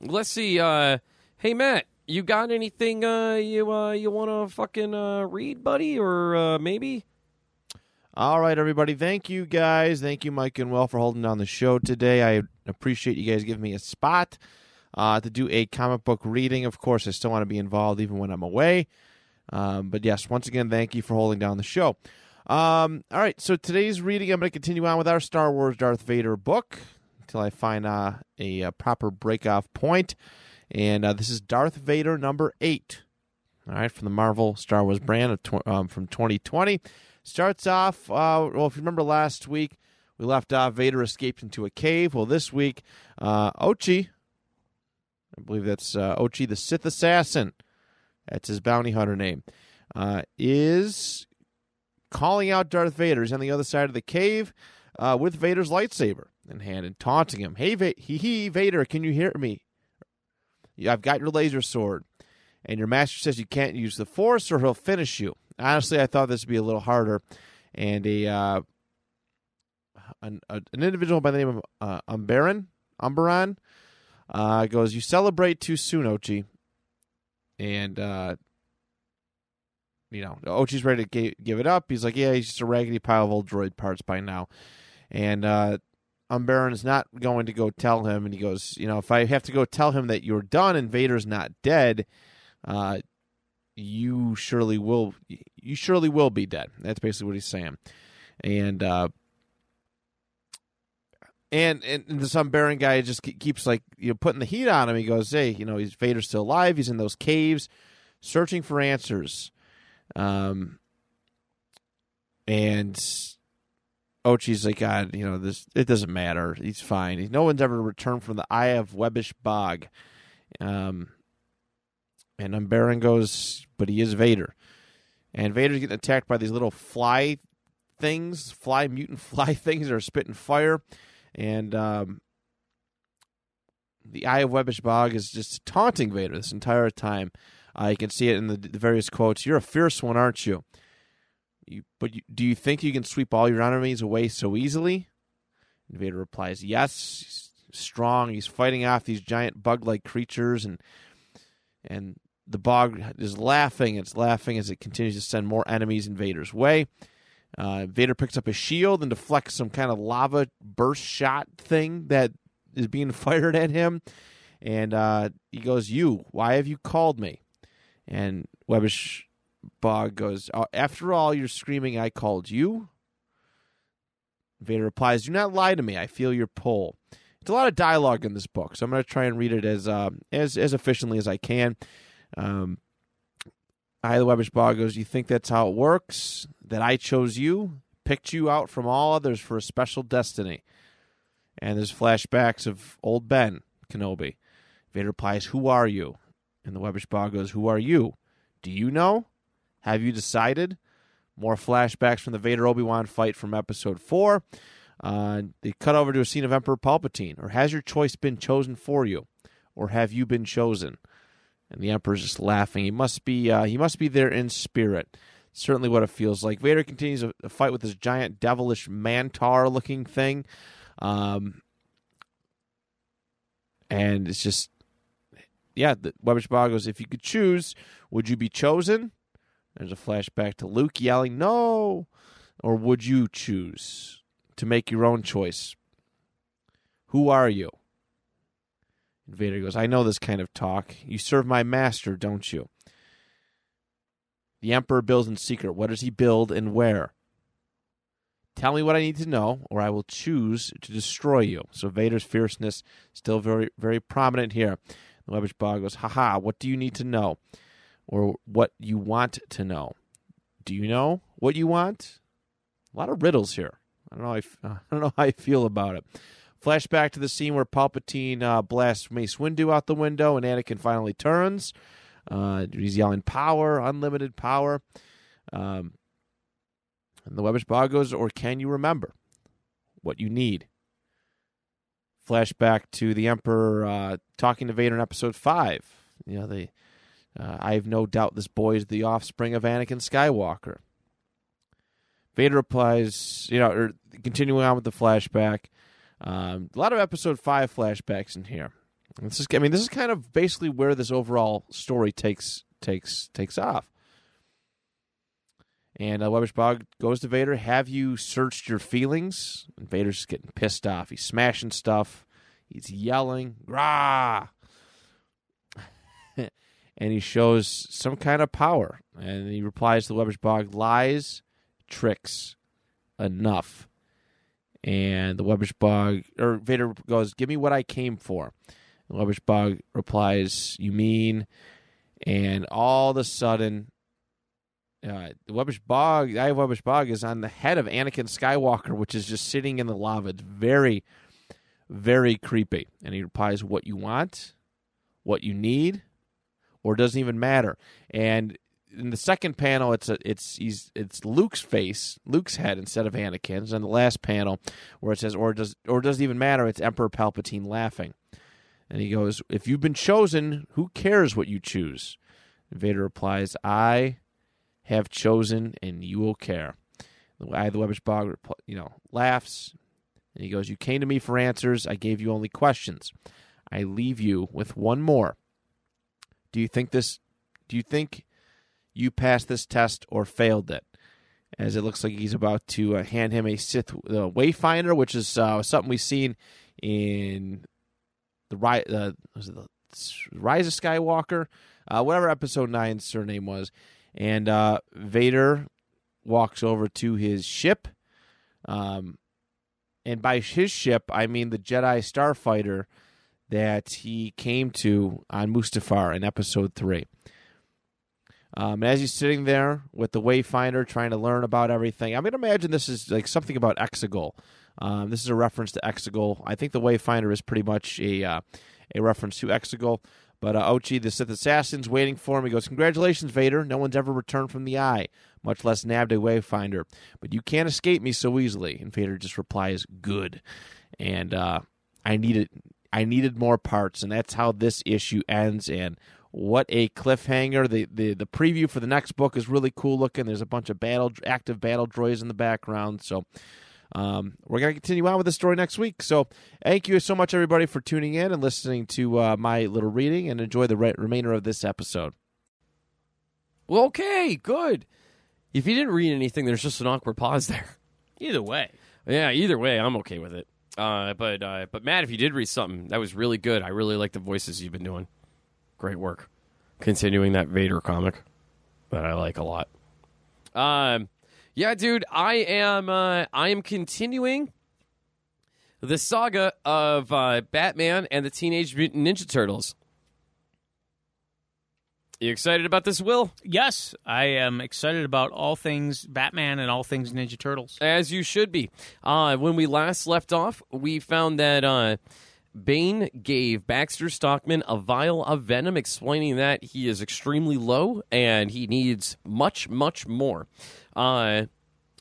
Let's see. Uh, hey, Matt, you got anything uh, you uh, you want to fucking uh, read, buddy, or uh, maybe? All right, everybody. Thank you guys. Thank you, Mike and Well, for holding down the show today. I appreciate you guys giving me a spot uh, to do a comic book reading. Of course, I still want to be involved even when I'm away. Um, but yes, once again, thank you for holding down the show. Um, all right, so today's reading, I'm going to continue on with our Star Wars Darth Vader book until I find uh, a, uh proper breakoff point. And uh, this is Darth Vader number eight. All right, from the Marvel Star Wars brand of tw- um, from 2020. Starts off, uh, well, if you remember last week, we left off Vader escaped into a cave. Well, this week, uh, Ochi, I believe that's uh, Ochi the Sith Assassin, that's his bounty hunter name, uh, is calling out Darth Vader. He's on the other side of the cave uh, with Vader's lightsaber in hand and taunting him. Hey, Va- he, he, Vader, can you hear me? I've got your laser sword and your master says you can't use the force or he'll finish you. Honestly, I thought this would be a little harder. And a uh, an, a, an individual by the name of uh, Umbaran, Umbaran uh, goes, You celebrate too soon, Ochi. And, uh, you know, Ochi's ready to ga- give it up. He's like, Yeah, he's just a raggedy pile of old droid parts by now. And uh, Umbaran is not going to go tell him. And he goes, You know, if I have to go tell him that you're done and Vader's not dead, uh, you surely will you surely will be dead that's basically what he's saying and uh and and, and this unbearing guy just ke- keeps like you know putting the heat on him he goes hey you know he's vader's still alive he's in those caves searching for answers um and Ochi's like God, you know this. It doesn't matter. He's fine. No one's ever returned from the Eye of Webbish Bog. Um, and Umbaran goes, but he is Vader. And Vader's getting attacked by these little fly things, fly mutant fly things that are spitting fire. And um, the Eye of Webbish Bog is just taunting Vader this entire time. Uh, you can see it in the, the various quotes. You're a fierce one, aren't you? you but you, do you think you can sweep all your enemies away so easily? And Vader replies, Yes, he's strong. He's fighting off these giant bug like creatures and and the bog is laughing. It's laughing as it continues to send more enemies in Vader's way. Uh, Vader picks up a shield and deflects some kind of lava burst shot thing that is being fired at him. And uh, he goes, "You, why have you called me?" And Webbish Bog goes, "Uh, "After all, you're screaming, I called you." Vader replies, "Do not lie to me. I feel your pull." It's a lot of dialogue in this book, so I'm going to try and read it as uh, as as efficiently as I can. Um, Ida Webbish Bog goes, "You think that's how it works? That I chose you, picked you out from all others for a special destiny." And there's flashbacks of old Ben Kenobi. Vader replies, "Who are you?" And the Webbish Bog goes, "Who are you? Do you know? Have you decided?" More flashbacks from the Vader Obi Wan fight from Episode Four. Uh, they cut over to a scene of Emperor Palpatine. Or has your choice been chosen for you, or have you been chosen? And the Emperor's just laughing. He must be. Uh, he must be there in spirit. Certainly, what it feels like. Vader continues a, a fight with this giant, devilish mantar-looking thing, um, and it's just, yeah. The Webbish Bog goes, "If you could choose, would you be chosen?" There's a flashback to Luke yelling, No! Or would you choose to make your own choice? Who are you? And Vader goes, I know this kind of talk. You serve my master, don't you? The Emperor builds in secret. What does he build and where? Tell me what I need to know, or I will choose to destroy you. So Vader's fierceness still very very prominent here. The Webbish Bog goes, haha, what do you need to know? Or what you want to know? Do you know what you want? A lot of riddles here. I don't know. How I, f- I don't know how I feel about it. Flashback to the scene where Palpatine uh, blasts Mace Windu out the window, and Anakin finally turns. Uh, he's yelling, "Power! Unlimited power!" Um, and the Webbish Bog goes, "Or can you remember what you need?" Flashback to the Emperor uh, talking to Vader in Episode Five. You know, they, uh, I have no doubt this boy is the offspring of Anakin Skywalker. Vader replies, you know, or continuing on with the flashback. Um, a lot of Episode Five flashbacks in here. This is, I mean, this is kind of basically where this overall story takes takes takes off. And uh, Webbish Bog goes to Vader. Have you searched your feelings? And Vader's just getting pissed off. He's smashing stuff. He's yelling, "Rah!" and he shows some kind of power. And he replies to Webbish Bog, "Lies, tricks, enough." And the Webbish Bog or Vader goes, "Give me what I came for." And Webbish Bog replies, "You mean?" And all of a sudden, uh, the Webbish Bog, the Eye of Webbish Bog, is on the head of Anakin Skywalker, which is just sitting in the lava. It's very, very creepy. And he replies, "What you want, what you need, or it doesn't even matter." And in the second panel, it's a, it's he's it's Luke's face, Luke's head instead of Anakin's. And the last panel, where it says, "Or it does or it doesn't even matter," it's Emperor Palpatine laughing. And he goes, If you've been chosen, who cares what you choose? And Vader replies, I have chosen and you will care. The eye of the Webbish Bog, repl- you know, laughs. And he goes, You came to me for answers. I gave you only questions. I leave you with one more. Do you think this, do you think you passed this test or failed it? As it looks like he's about to uh, hand him a Sith uh, Wayfinder, which is uh, something we've seen in the rise, uh, was it the rise of Skywalker, uh, whatever episode nine's surname was, and uh, Vader walks over to his ship, um, and by his ship I mean the Jedi starfighter that he came to on Mustafar in Episode Three. Um, as he's sitting there with the Wayfinder, trying to learn about everything, I'm going to imagine this is like something about Exegol. Um, this is a reference to Exegol. I think the Wayfinder is pretty much a uh, a reference to Exegol. But uh, Ochi, the Sith assassin's waiting for him. He goes, "Congratulations, Vader. No one's ever returned from the Eye, much less nabbed a Wayfinder. But you can't escape me so easily." And Vader just replies, "Good." And uh, I needed I needed more parts, and that's how this issue ends. And what a cliffhanger! The, the the preview for the next book is really cool looking. There's a bunch of battle active battle droids in the background, so. Um, we're going to continue on with the story next week. So, thank you so much, everybody, for tuning in and listening to uh, my little reading, and enjoy the re- remainder of this episode. Well, okay, good. If you didn't read anything, there's just an awkward pause there. Either way, Yeah, either way, I'm okay with it. Uh, but uh, but Matt, if you did read something, that was really good. I really like the voices you've been doing. Great work. Continuing that Vader comic that I like a lot. Um, yeah, dude, I am uh, I am continuing the saga of uh, Batman and the Teenage Mutant Ninja Turtles. You excited about this, Will? yes, I am excited about all things Batman and all things Ninja Turtles. As you should be. Uh, when we last left off, we found that uh, Bane gave Baxter Stockman a vial of venom, explaining that he is extremely low and he needs much, much more. Uh,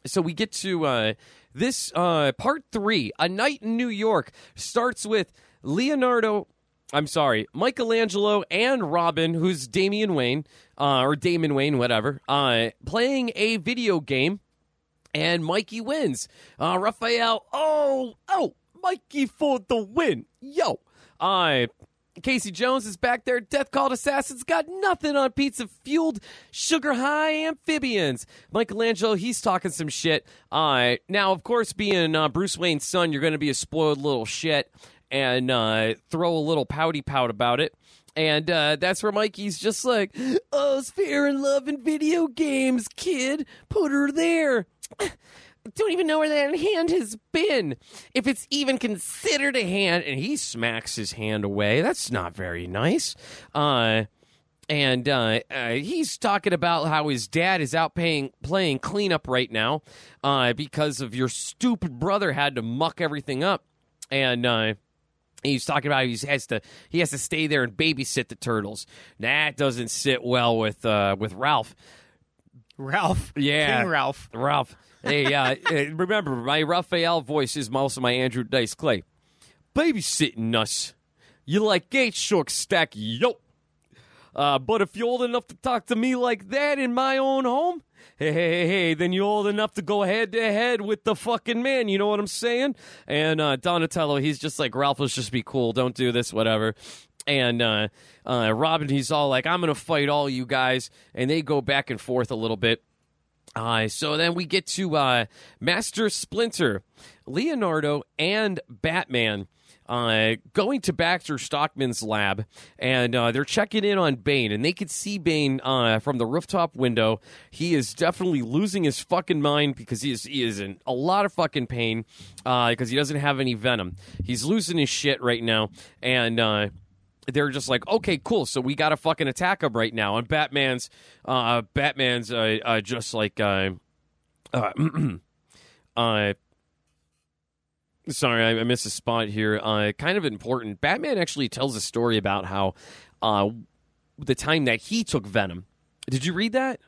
so we get to uh, this uh, part three A Night in New York starts with Leonardo. I'm sorry, Michelangelo and Robin, who's Damian Wayne, uh, or Damon Wayne, whatever, uh, playing a video game and Mikey wins. Uh, Raphael, oh, oh, Mikey for the win, yo. Uh, Casey Jones is back there. Death Called Assassins got nothing on pizza fueled sugar high amphibians. Michelangelo, he's talking some shit. Uh, now, of course, being uh, Bruce Wayne's son, you're going to be a spoiled little shit and uh, throw a little pouty pout about it. And uh, that's where Mikey's just like, oh, it's fair and love in video games, kid. Put her there. Don't even know where that hand has been. If it's even considered a hand. And he smacks his hand away. That's not very nice. Uh, and uh, uh, he's talking about how his dad is out paying, playing cleanup right now uh, because of your stupid brother had to muck everything up. And uh, He's talking about he has to he has to stay there and babysit the turtles. That doesn't sit well with uh, with Ralph. Ralph. Yeah. King Ralph. Ralph. Hey, uh, eh, remember my Raphael voice is also my Andrew Dice Clay. Babysitting us, you like eight short stack, yo. Uh, but if you're old enough to talk to me like that in my own home, hey, hey, hey, hey, then you're old enough to go head to head with the fucking man. You know what I'm saying? And uh, Donatello, he's just like, Ralph, let's just be cool. Don't do this, whatever. And uh, uh, Robin, he's all like, I'm going to fight all you guys. And they go back and forth a little bit. Uh, so then we get to uh, Master Splinter, Leonardo, and Batman uh, going to Baxter Stockman's lab, and uh, they're checking in on Bane, and they can see Bane uh, from the rooftop window. He is definitely losing his fucking mind because he is he is in a lot of fucking pain uh, because he doesn't have any venom. He's losing his shit right now, and. Uh, they're just like, okay, cool. So we got to fucking attack him right now. And Batman's, uh, Batman's uh, uh, just like, uh, uh, uh, sorry, I, I missed a spot here. Uh, kind of important. Batman actually tells a story about how uh, the time that he took Venom. Did you read that?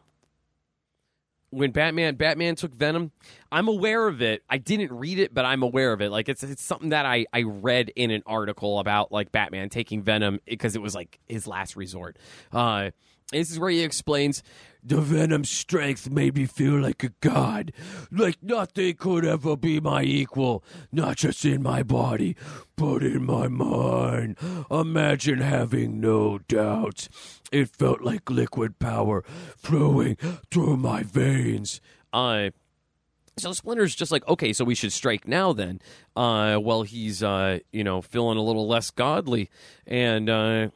When Batman Batman took Venom, I'm aware of it. I didn't read it, but I'm aware of it. Like it's it's something that I I read in an article about like Batman taking Venom because it was like his last resort. Uh, this is where he explains the Venom strength made me feel like a god, like nothing could ever be my equal, not just in my body, but in my mind. Imagine having no doubts. It felt like liquid power flowing through my veins. I. So Splinter's just like, okay, so we should strike now then. Uh, well, he's, uh, you know, feeling a little less godly. And, uh,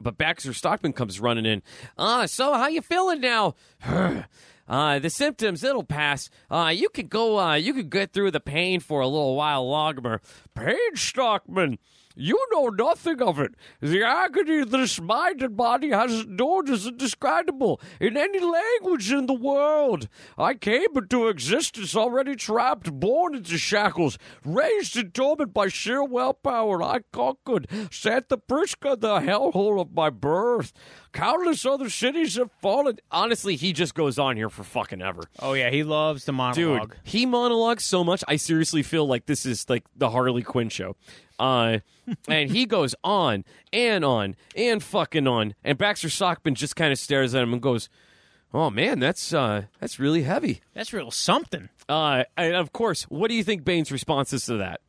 but Baxter Stockman comes running in. Ah, so how you feeling now? Uh, the symptoms, it'll pass. Uh, you could go, uh, you could get through the pain for a little while longer. Pain, Stockman? You know nothing of it. The agony of this mind and body has endured is indescribable in any language in the world. I came into existence already trapped, born into shackles, raised in torment by sheer willpower. I conquered Santa Prisca, the hellhole of my birth. Countless other cities have fallen. Honestly, he just goes on here for fucking ever. Oh yeah, he loves the monologue. Dude, he monologues so much. I seriously feel like this is like the Harley Quinn show. Uh, and he goes on and on and fucking on. And Baxter Sockman just kind of stares at him and goes, "Oh man, that's uh, that's really heavy." That's real something. Uh, and of course, what do you think Bane's response is to that?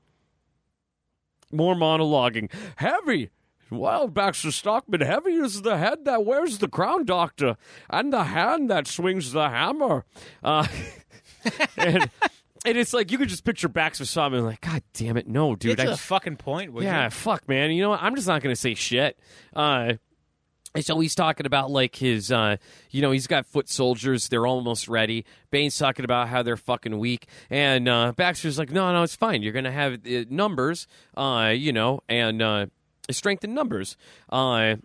More monologuing. Heavy. Well, Baxter Stockman, heavy is the head that wears the crown, Doctor, and the hand that swings the hammer. Uh, and, and it's like you could just picture Baxter Stockman like, God damn it, no, dude. Get I to the fucking point. Would yeah, You? fuck, man. You know what? I'm just not going to say shit. Uh, and so he's talking about like his, uh, you know, he's got foot soldiers. They're almost ready. Bane's talking about how they're fucking weak, and uh, Baxter's like, no, no, it's fine. You're gonna have uh, numbers, uh, you know, and uh, strength in numbers, uh,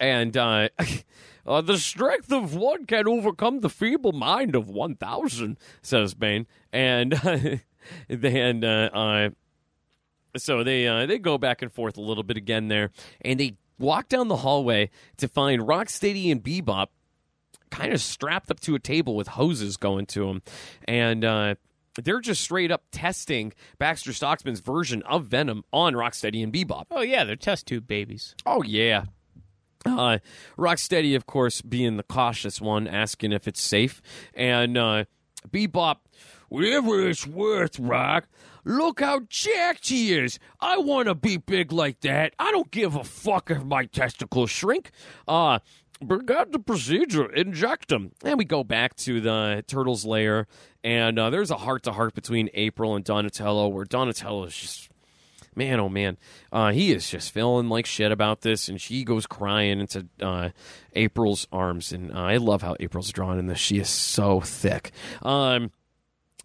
and uh, uh, the strength of one can overcome the feeble mind of one thousand, says Bane, and then uh, uh, so they uh, they go back and forth a little bit again there, and they walk down the hallway to find Rocksteady and Bebop kind of strapped up to a table with hoses going to them, and uh, they're just straight up testing Baxter Stockman's version of Venom on Rocksteady and Bebop. Oh yeah, they're test tube babies. Oh yeah. Uh, Rocksteady, of course, being the cautious one, asking if it's safe, and uh, Bebop. whatever it's worth, Rock. Look how jacked he is. I want to be big like that. I don't give a fuck if my testicles shrink. Uh, got the procedure, inject him. And we go back to the turtle's lair, and uh, there's a heart to heart between April and Donatello, where Donatello is just man, oh man, uh, he is just feeling like shit about this, and she goes crying into uh, April's arms, and uh, I love how April's drawn in this. She is so thick. Um,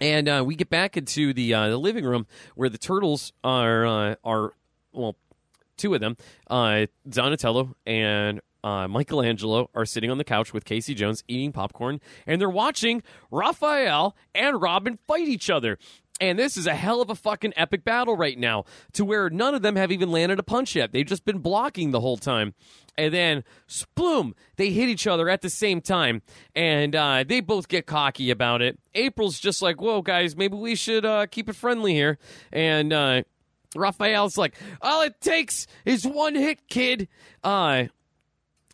and uh, we get back into the uh, the living room where the turtles are uh, are well, two of them, uh, Donatello and. Uh, Michelangelo are sitting on the couch with Casey Jones eating popcorn, and they're watching Raphael and Robin fight each other. And this is a hell of a fucking epic battle right now, to where none of them have even landed a punch yet. They've just been blocking the whole time. And then, sploom, they hit each other at the same time. And uh, they both get cocky about it. April's just like, whoa, guys, maybe we should uh, keep it friendly here. And uh, Raphael's like, all it takes is one hit, kid. Uh,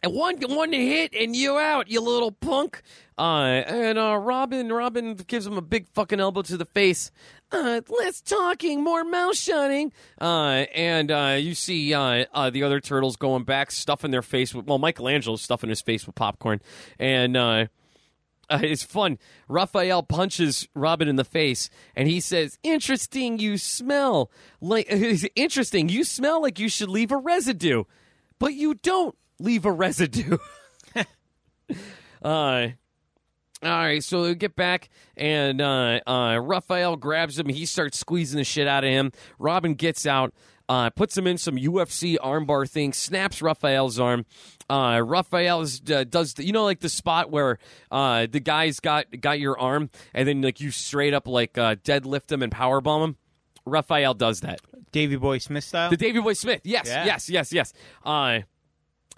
and one one hit and you out, you little punk. Uh, and uh, Robin, Robin gives him a big fucking elbow to the face. Uh, less talking, more mouth shutting. Uh, and uh, you see uh, uh, the other turtles going back, stuffing their face with well, Michelangelo's stuffing his face with popcorn, and. Uh, uh, it's fun. Raphael punches Robin in the face, and he says, "Interesting, you smell like interesting. You smell like you should leave a residue, but you don't leave a residue." uh, all right, so they get back, and uh, uh, Raphael grabs him. He starts squeezing the shit out of him. Robin gets out, uh, puts him in some UFC armbar thing, snaps Raphael's arm. Uh, Raphael uh, does, the, you know, like the spot where uh, the guy's got got your arm, and then like you straight up like uh, deadlift him and powerbomb him. Raphael does that. Davy Boy Smith style. The Davy Boy Smith. Yes, Yeah. yes, yes, yes. Uh,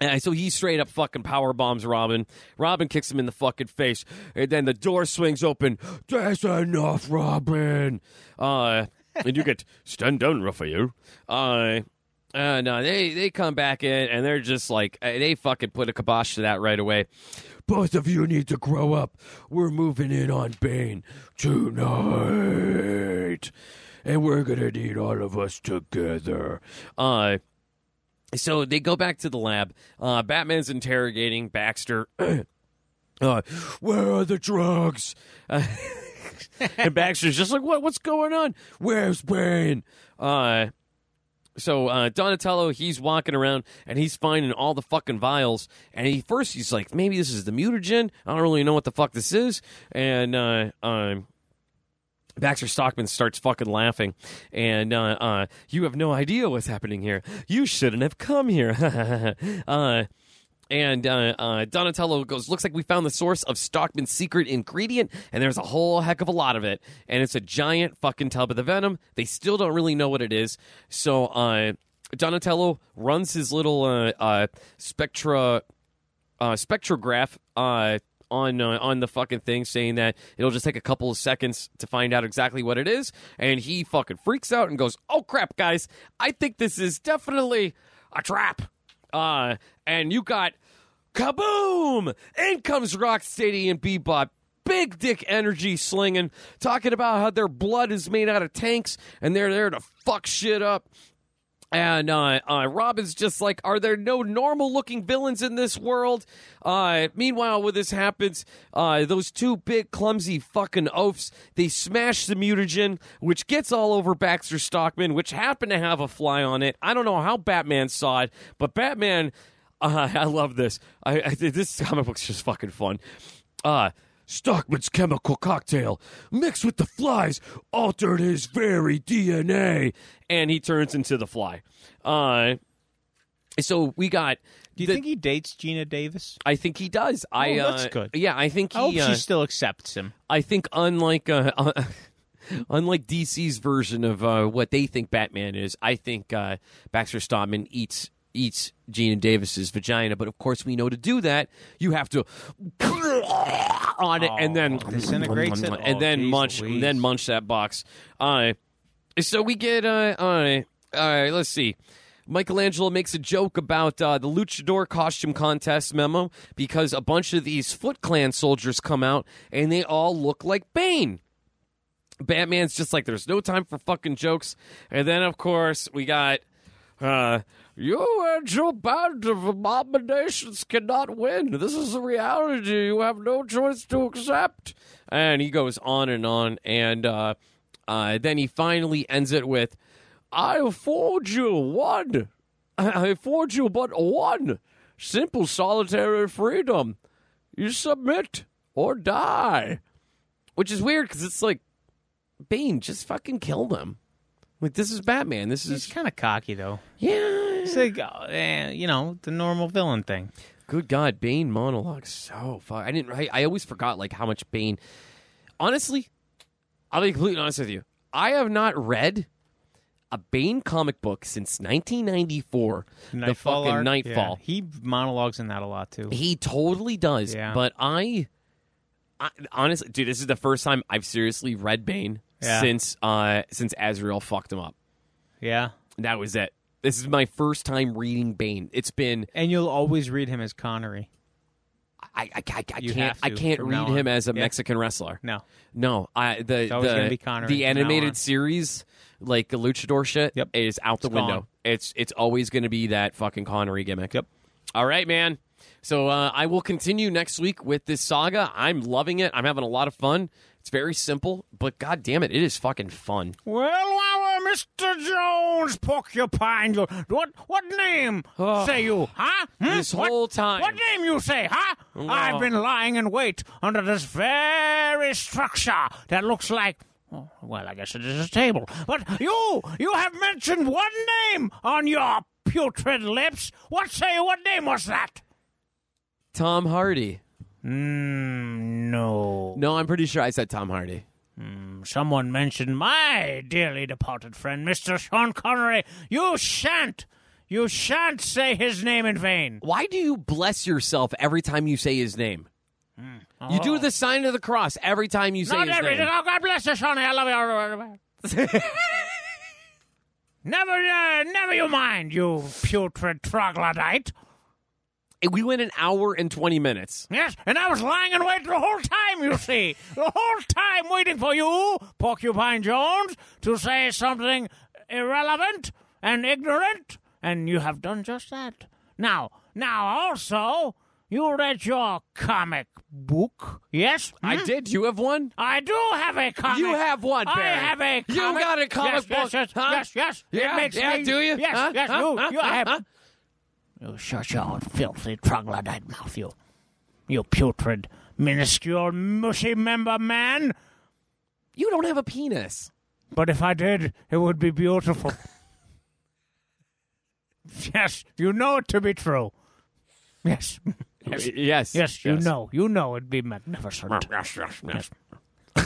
and so he straight up fucking power bombs Robin. Robin kicks him in the fucking face, and then the door swings open. That's enough, Robin. Uh, and you get stand down, Raphael. Uh, and uh, they they come back in, and they're just like uh, they fucking put a kibosh to that right away. Both of you need to grow up. We're moving in on Bane tonight, and we're gonna need all of us together. Uh, so they go back to the lab. Uh, Batman's interrogating Baxter. uh, Where are the drugs? Uh, and Baxter's just like, "What? What's going on? Where's Bane?" Uh, so uh, Donatello, he's walking around and he's finding all the fucking vials. And he first he's like, "Maybe this is the mutagen. I don't really know what the fuck this is." And uh, um, Baxter Stockman starts fucking laughing, and uh, uh, you have no idea what's happening here. You shouldn't have come here. uh, and uh, uh, Donatello goes, looks like we found the source of Stockman's secret ingredient, and there's a whole heck of a lot of it. And it's a giant fucking tub of the venom. They still don't really know what it is. So uh, Donatello runs his little uh, uh, spectra uh, spectrograph uh, on uh, on the fucking thing, saying that it'll just take a couple of seconds to find out exactly what it is. And he fucking freaks out and goes, "Oh crap, guys! I think this is definitely a trap." Uh, and you got kaboom! In comes Rocksteady and Bebop. Big dick energy slinging, talking about how their blood is made out of tanks and they're there to fuck shit up. And uh, uh, Robin's just like, are there no normal looking villains in this world? Uh, meanwhile, when this happens, uh, those two big clumsy fucking oafs, they smash the mutagen, which gets all over Baxter Stockman, which happened to have a fly on it. I don't know how Batman saw it, but Batman, uh, I love this. I, I This comic book's just fucking fun. Uh, Stockman's chemical cocktail, mixed with the flies, altered his very DNA, and he turns into the fly. Uh, so we got. Do you the- think he dates Gina Davis? I think he does. I Oh, that's uh, good. Yeah, I think he. I hope uh, she still accepts him. I think unlike uh, unlike DC's version of uh, what they think Batman is, I think uh, Baxter Stockman eats eats Gina Davis's vagina. But of course, we know to do that, you have to on it and then Oh, disintegrates it? and Oh, then geez munch, Louise. then munch that box. Uh, so we get uh, uh, uh, let's see. Michelangelo makes a joke about uh, the luchador costume contest memo because a bunch of these Foot Clan soldiers come out and they all look like Bane. Batman's just like, there's no time for fucking jokes. And then, of course, we got, uh, you and your band of abominations cannot win. This is the reality you have no choice to accept. And he goes on and on. And uh, uh, then he finally ends it with, I afford you one. I afford you but one simple solitary freedom. You submit or die. Which is weird because it's like, Bane, just fucking kill them. Like this is Batman. This He's is kind of cocky though. yeah. It's like, oh, eh, you know, the normal villain thing. Good God, Bane monologue so fuck. I didn't. I, I always forgot like how much Bane. Honestly, I'll be completely honest with you. I have not read a Bane comic book since 1994. the fucking arc? Nightfall. Yeah. He monologues in that a lot too. He totally does. Yeah. But I, I honestly, dude, this is the first time I've seriously read Bane Yeah. since uh since Azrael fucked him up. Yeah. That was it. This is my first time reading Bane. It's been And you'll always read him as Connery. I I, I, I You can't have I to can't from read now on. him as a Yeah. Mexican wrestler. No. No, I the always the, gonna be Connery from the now on. animated series like the luchador shit Yep. is out the It's window. gone. It's it's always going to be that fucking Connery gimmick. Yep. All right, man. So uh, I will continue next week with this saga. I'm loving it. I'm having a lot of fun. It's very simple, but god damn it, it is fucking fun. Well, our Mr. Jones, porcupine, you, what what name Oh. say you, huh? Hmm? This What- whole time. What name you say, huh? I've been lying in wait under this very structure that looks like. oh, Well, I guess it is a table. But you, you have mentioned one name on your putrid lips. What say? What name was that? Tom Hardy. Mm, no. No, I'm pretty sure I said Tom Hardy. Someone mentioned my dearly departed friend, Mr. Sean Connery. You shan't, you shan't say his name in vain. Why do you bless yourself every time you say his name? You do the sign of the cross every time you say Oh. Not his every. name. Oh, God bless you, Shawnee. I love you. never, uh, never you mind, you putrid troglodyte. We went an hour and 20 minutes. Yes, and I was lying in wait the whole time, you see. The whole time waiting for you, Porcupine Jones, to say something irrelevant and ignorant, and you have done just that. Now, now also, you read your comic book, yes? Hmm? I did. You have one? I do have a comic. You have one, I Barry. have a comic. You got a comic yes, book, Yes, yes, huh? yes, yes. Yeah, it makes yeah, me- do you? Yes, Huh? yes. Huh? you, Huh? you Huh? have. Huh? You shut your filthy troglodyte mouth, you. You putrid, minuscule, mushy member man. You don't have a penis. But if I did, it would be beautiful. yes, you know it to be true. Yes, Yes. Yes. yes, you know, you know it'd be magnificent. Yes, yes, yes.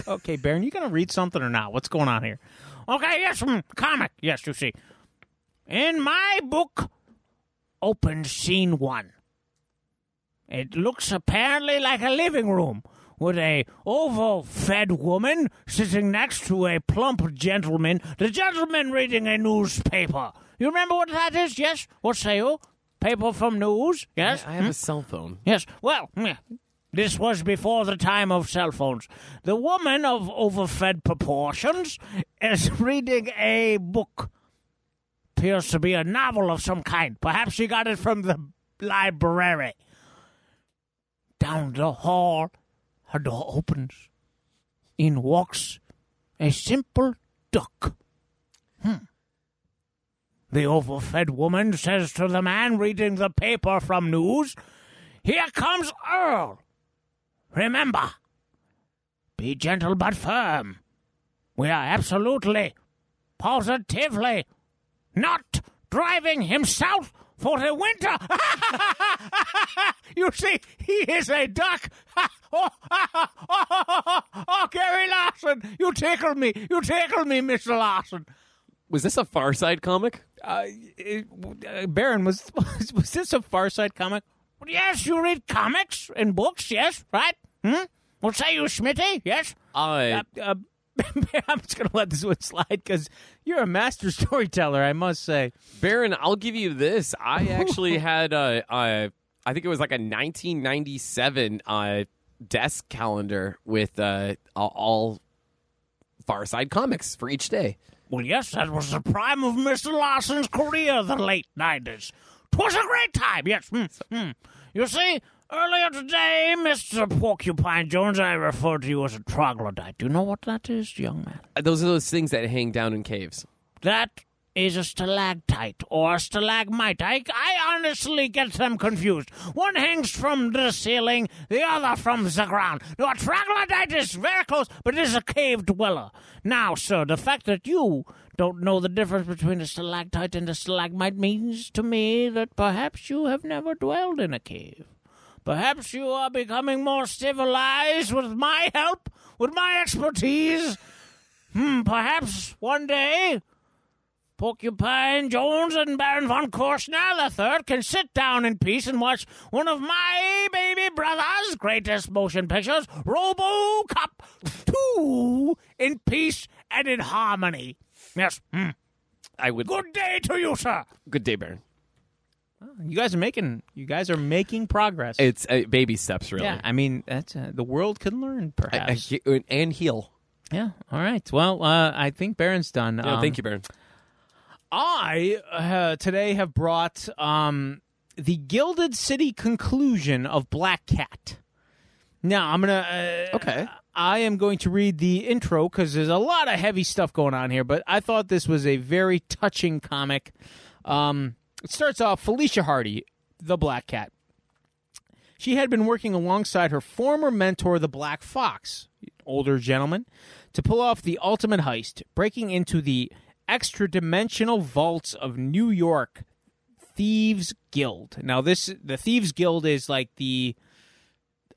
Okay, Baron, you gonna read something or not? What's going on here? Okay, yes, mm, comic. Yes, you see. In my book, open scene one. It looks apparently like a living room with a overfed woman sitting next to a plump gentleman. The gentleman reading a newspaper. You remember what that is? Yes. What say you? Paper from news? Yes. I have a cell phone. Yes. Well, meh. this was before the time of cell phones. The woman of overfed proportions is reading a book. Appears to be a novel of some kind. Perhaps she got it from the library. Down the hall, her door opens. In walks a simple duck. Hmm. The overfed woman says to the man reading the paper from news, here comes Earl. Remember, be gentle but firm. We are absolutely, positively not driving him south for the winter. you see, he is a duck. oh, oh, Gary Larson, you tickle me. You tickle me, Mr. Larson. Was this a Far Side comic? Uh, it, uh, Baron, was, was was this a Far Side comic? Yes, you read comics and books, yes, right? Hmm? What say you, Smitty? Yes? Uh, Uh, uh, I'm just gonna let this one slide because you're a master storyteller, I must say. Baron, I'll give you this. I actually had uh, uh, I think it was like a 1997 uh, desk calendar with uh, all Far Side Comics for each day. Well, yes, that was the prime of Mr. Lawson's career, the late 90s. 'Twas a great time, yes. Mm, mm. You see, earlier today, Mr. Porcupine Jones, I referred to you as a troglodyte. Do you know what that is, young man? Uh, Those are those things that hang down in caves. That is a stalactite or a stalagmite. I, I honestly get them confused. One hangs from the ceiling, the other from the ground. Now, a troglodyte is very close, but it is a cave dweller. Now, sir, the fact that you don't know the difference between a stalactite and a stalagmite means to me that perhaps you have never dwelled in a cave. Perhaps you are becoming more civilized with my help, with my expertise. Hmm, perhaps one day Porcupine Jones and Baron von Korsner III can sit down in peace and watch one of my baby brother's greatest motion pictures, RoboCop 2, in peace and in harmony. Yes. mm. I would. Good day to you, sir. Good day, Baron. You guys are making you guys are making progress. It's uh, baby steps, really. yeah, I mean that's uh, the world can learn I- I perhaps. he- and heal. yeah. All right. Well, uh, I think Baron's done. Yeah, Um, thank you, Baron. I uh, today have brought um, the Gilded City conclusion of Black Cat. Now I'm gonna. Uh, Okay. I am going to read the intro because there's a lot of heavy stuff going on here, but I thought this was a very touching comic. Um, it starts off Felicia Hardy, the Black Cat. She had been working alongside her former mentor, the Black Fox, older gentleman, to pull off the ultimate heist, breaking into the extra dimensional vaults of New York Thieves Guild. Now, this the Thieves Guild is like the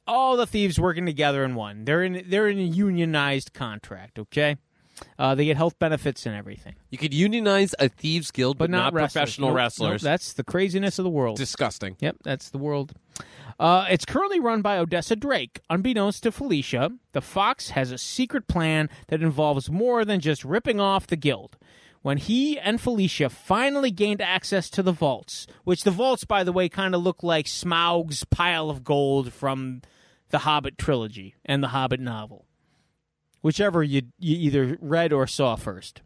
all the thieves working together in one. They're in they're in a unionized contract. Okay, uh, they get health benefits and everything, You could unionize a thieves guild, but, but not, wrestlers. professional Nope, nope, wrestlers. that's the craziness of the world. disgusting. Yep, that's the world. Uh, it's currently run by Odessa Drake. Unbeknownst to Felicia, the Fox has a secret plan that involves more than just ripping off the guild. When he and Felicia finally gained access to the vaults, which the vaults, by the way, kind of look like Smaug's pile of gold from the Hobbit trilogy and the Hobbit novel, whichever you, you either read or saw first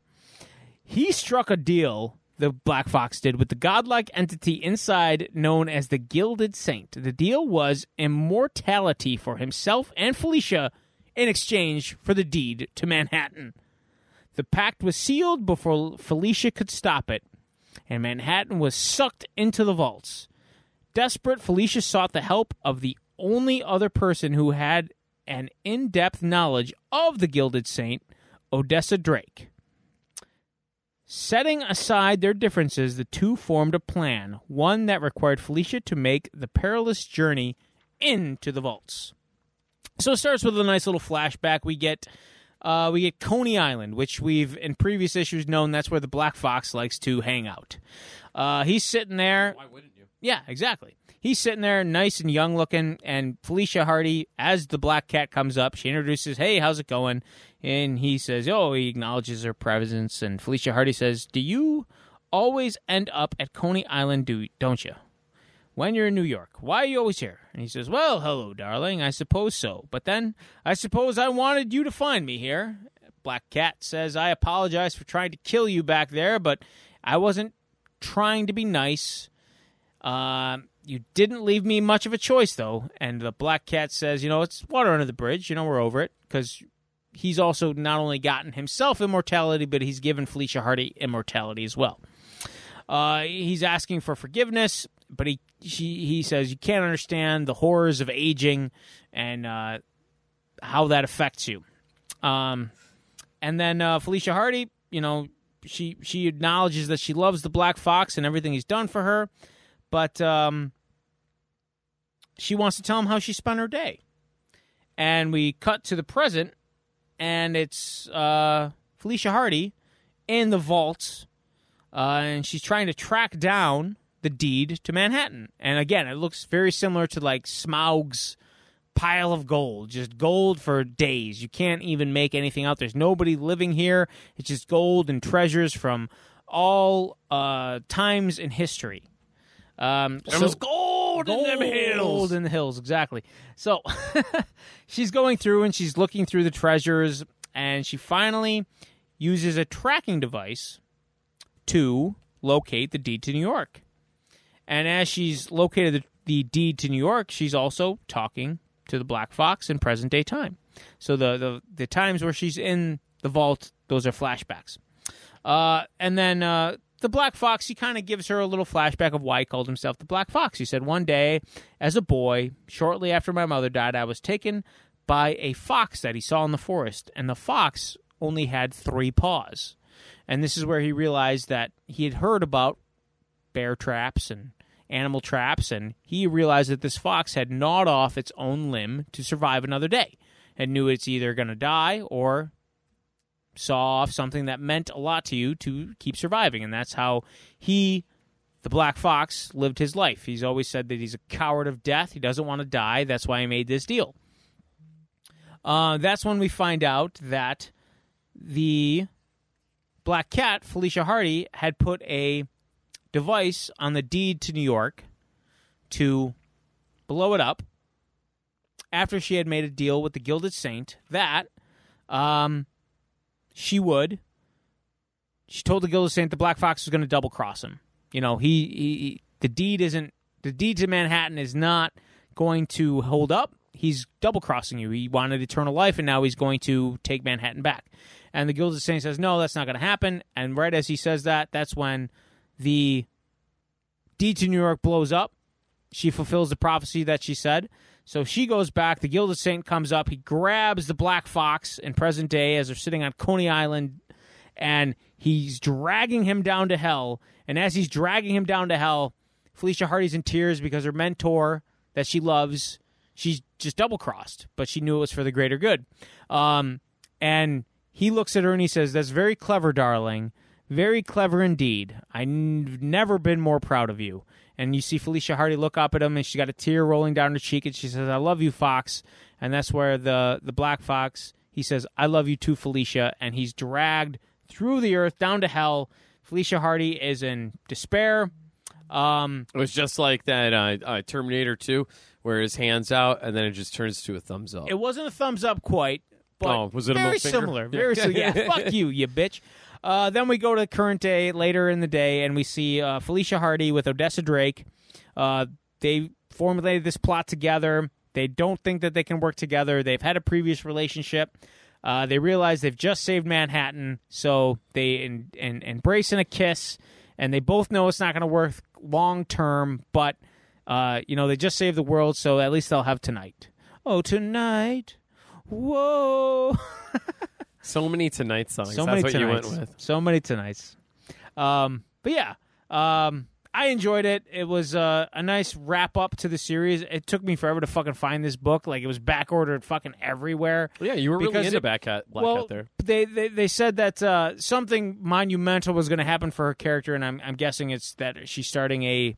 he struck a deal the black fox did with the godlike entity inside known as the gilded saint the deal was immortality for himself and felicia in exchange for the deed to manhattan the pact was sealed before felicia could stop it and manhattan was sucked into the vaults desperate felicia sought the help of the only other person who had an in-depth knowledge of the gilded saint odessa drake Setting aside their differences, the two formed a plan, one that required Felicia to make the perilous journey into the vaults. So it starts with a nice little flashback. We get uh, we get Coney Island, which we've in previous issues known that's where the Black Fox likes to hang out. Uh, he's sitting there. Why wouldn't you? Yeah, exactly. He's sitting there, nice and young looking, and Felicia Hardy, as the black cat comes up, she introduces, "Hey, how's it going?" And he says, "Oh," he acknowledges her presence, and Felicia Hardy says, "Do you always end up at Coney Island, do don't you?" when you're in New York. Why are you always here? And he says, Well, hello, darling. I suppose so. But then I suppose I wanted you to find me here. Black Cat says, I apologize for trying to kill you back there, but I wasn't trying to be nice. Um, you didn't leave me much of a choice, though. And the Black Cat says, You know, it's water under the bridge. You know, we're over it. Because he's also not only gotten himself immortality, but he's given Felicia Hardy immortality as well. Uh, he's asking for forgiveness, but he she, he says you can't understand the horrors of aging and uh, how that affects you. Um, and then uh, Felicia Hardy, you know, she she acknowledges that she loves the Black Fox and everything he's done for her, but um, she wants to tell him how she spent her day. And we cut to the present, and it's uh, Felicia Hardy in the vaults uh, and she's trying to track down the deed to Manhattan. And again, it looks very similar to like Smaug's pile of gold, just gold for days. You can't even make anything out. There's nobody living here. It's just gold and treasures from all uh, times in history. Um, There so- was gold, in them hills. Gold in the hills, exactly. So she's going through and she's looking through the treasures, and she finally uses a tracking device to locate the deed to New York. And as she's located the, the deed to New York, she's also talking to the Black Fox in present day time. So the the, the times where she's in the vault, those are flashbacks. Uh, and then uh, the Black Fox, he kind of gives her a little flashback of why he called himself the Black Fox. He said, One day, as a boy, shortly after my mother died, I was taken by a fox that he saw in the forest, and the fox only had three paws. And this is where he realized that he had heard about bear traps and animal traps, and he realized that this fox had gnawed off its own limb to survive another day and knew it's either going to die or saw off something that meant a lot to you to keep surviving. And that's how he, the Black Fox, lived his life. He's always said that he's a coward of death. He doesn't want to die. That's why he made this deal. Uh, that's when we find out that the Black Cat, Felicia Hardy, had put a device on the deed to New York to blow it up after she had made a deal with the Gilded Saint that um, she would. She told the Gilded Saint the Black Fox was going to double cross him. You know, he, he, he the deed isn't the deed to Manhattan is not going to hold up. He's double crossing you. He wanted eternal life, and now he's going to take Manhattan back. And the Gilded Saint says, "No, that's not going to happen." And right as he says that, that's when the deed to New York blows up. She fulfills the prophecy that she said. So she goes back. The Gilded Saint comes up. He grabs the Black Fox in present day as they're sitting on Coney Island, and he's dragging him down to hell. And as he's dragging him down to hell, Felicia Hardy's in tears because her mentor that she loves, she's just double crossed, but she knew it was for the greater good. Um, and he looks at her and he says, That's very clever, darling. Very clever indeed. I've never been more proud of you. And you see Felicia Hardy look up at him, and she got a tear rolling down her cheek, and she says, "I love you, Fox." And that's where the the Black Fox he says, "I love you too, Felicia," and he's dragged through the earth down to hell. Felicia Hardy is in despair. Um, It was just like that uh, uh, Terminator 2, where his hands out and then it just turns to a thumbs up. it wasn't a thumbs up quite, but Oh, was it a very middle finger? similar. Yeah. Very similar. Yeah, fuck you, you bitch. Uh, then we go to current day later in the day, and we see uh, Felicia Hardy with Odessa Drake. Uh, they formulated this plot together. They don't think that they can work together. They've had a previous relationship. Uh, they realize they've just saved Manhattan, so they en- en- embrace in a kiss, and they both know it's not going to work long term. But uh, you know, they just saved the world, so at least they'll have tonight. Oh, tonight. Whoa. so many Tonight songs. so That's many what tonights. you went with. So many tonights. Um, but yeah, um, I enjoyed it. It was uh, a nice wrap up to the series. It took me forever to fucking find this book. Like it was back ordered fucking everywhere. Yeah, you were Because really into it- Black Cat, Black well, Cat there. They, they they said that uh, something monumental was going to happen for her character, and I'm I'm guessing it's that she's starting a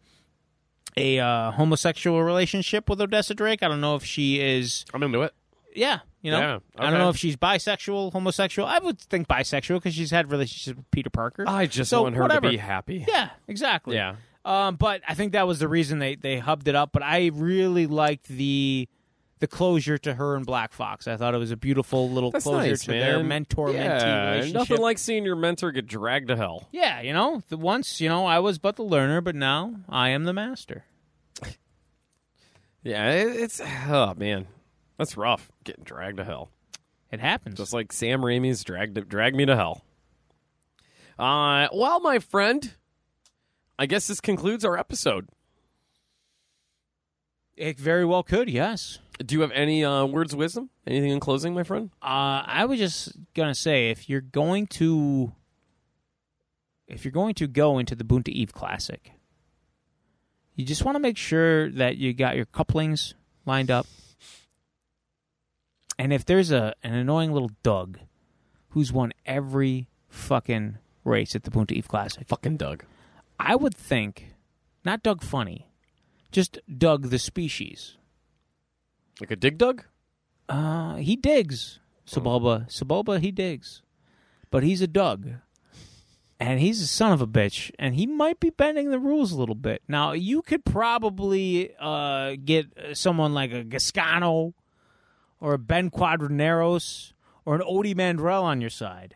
a uh, homosexual relationship with Odessa Drake. I don't know if she is. I'm into it. Yeah, you know, Yeah, I okay. don't know if she's bisexual, homosexual. I would think bisexual because she's had relationships with Peter Parker. I just So, want her whatever. to be happy. yeah, exactly. Yeah. Um, but I think that was the reason they they hubbed it up. But I really liked the the closure to her and Black Fox. I thought it was a beautiful little That's closure nice, to man. their mentor mentee Yeah, relationship. Nothing like seeing your mentor get dragged to hell. yeah, you know, the, once you know I was but the learner, but now I am the master. Yeah, it, it's oh man, that's rough. Getting dragged to hell, It happens. just like Sam Raimi's dragged dragged me to hell. Uh, well, my friend, I guess this concludes our episode. it very well could. Yes. Do you have any uh, words of wisdom? Anything in closing, my friend? Uh, I was just gonna say if you're going to if you're going to go into the Bunta Eve Classic, you just want to make sure that you got your couplings lined up. And if there's a an annoying little Doug who's won every fucking race at the Bunta Eve Classic, Fucking Doug. I would think not Doug Funny, just Doug the species. Like a dig Doug? Uh, he digs Saboba. Saboba, he digs, but he's a Doug, and he's a son of a bitch, and he might be bending the rules a little bit. Now you could probably uh get someone like a Gascano or a Ben Quadraneros or an Odie Mandrell on your side.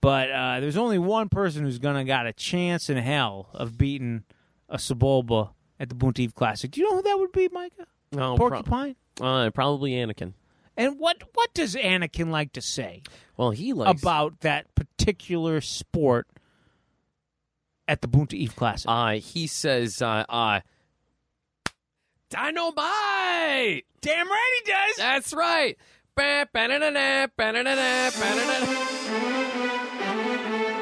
But uh, there's only one person who's gonna got a chance in hell of beating a Saboba at the Boonteeve Classic. Do you know who that would be, Micah? Oh, pro- Porcupine. uh, probably Anakin. And what what does Anakin like to say Well, he likes about that particular sport at the Boonta Eve Classic? Uh, he says, uh, uh, "Dynamite." Damn right he does. That's right. Ba- ba-da-da-da, ba-da-da-da, ba-da-da-da.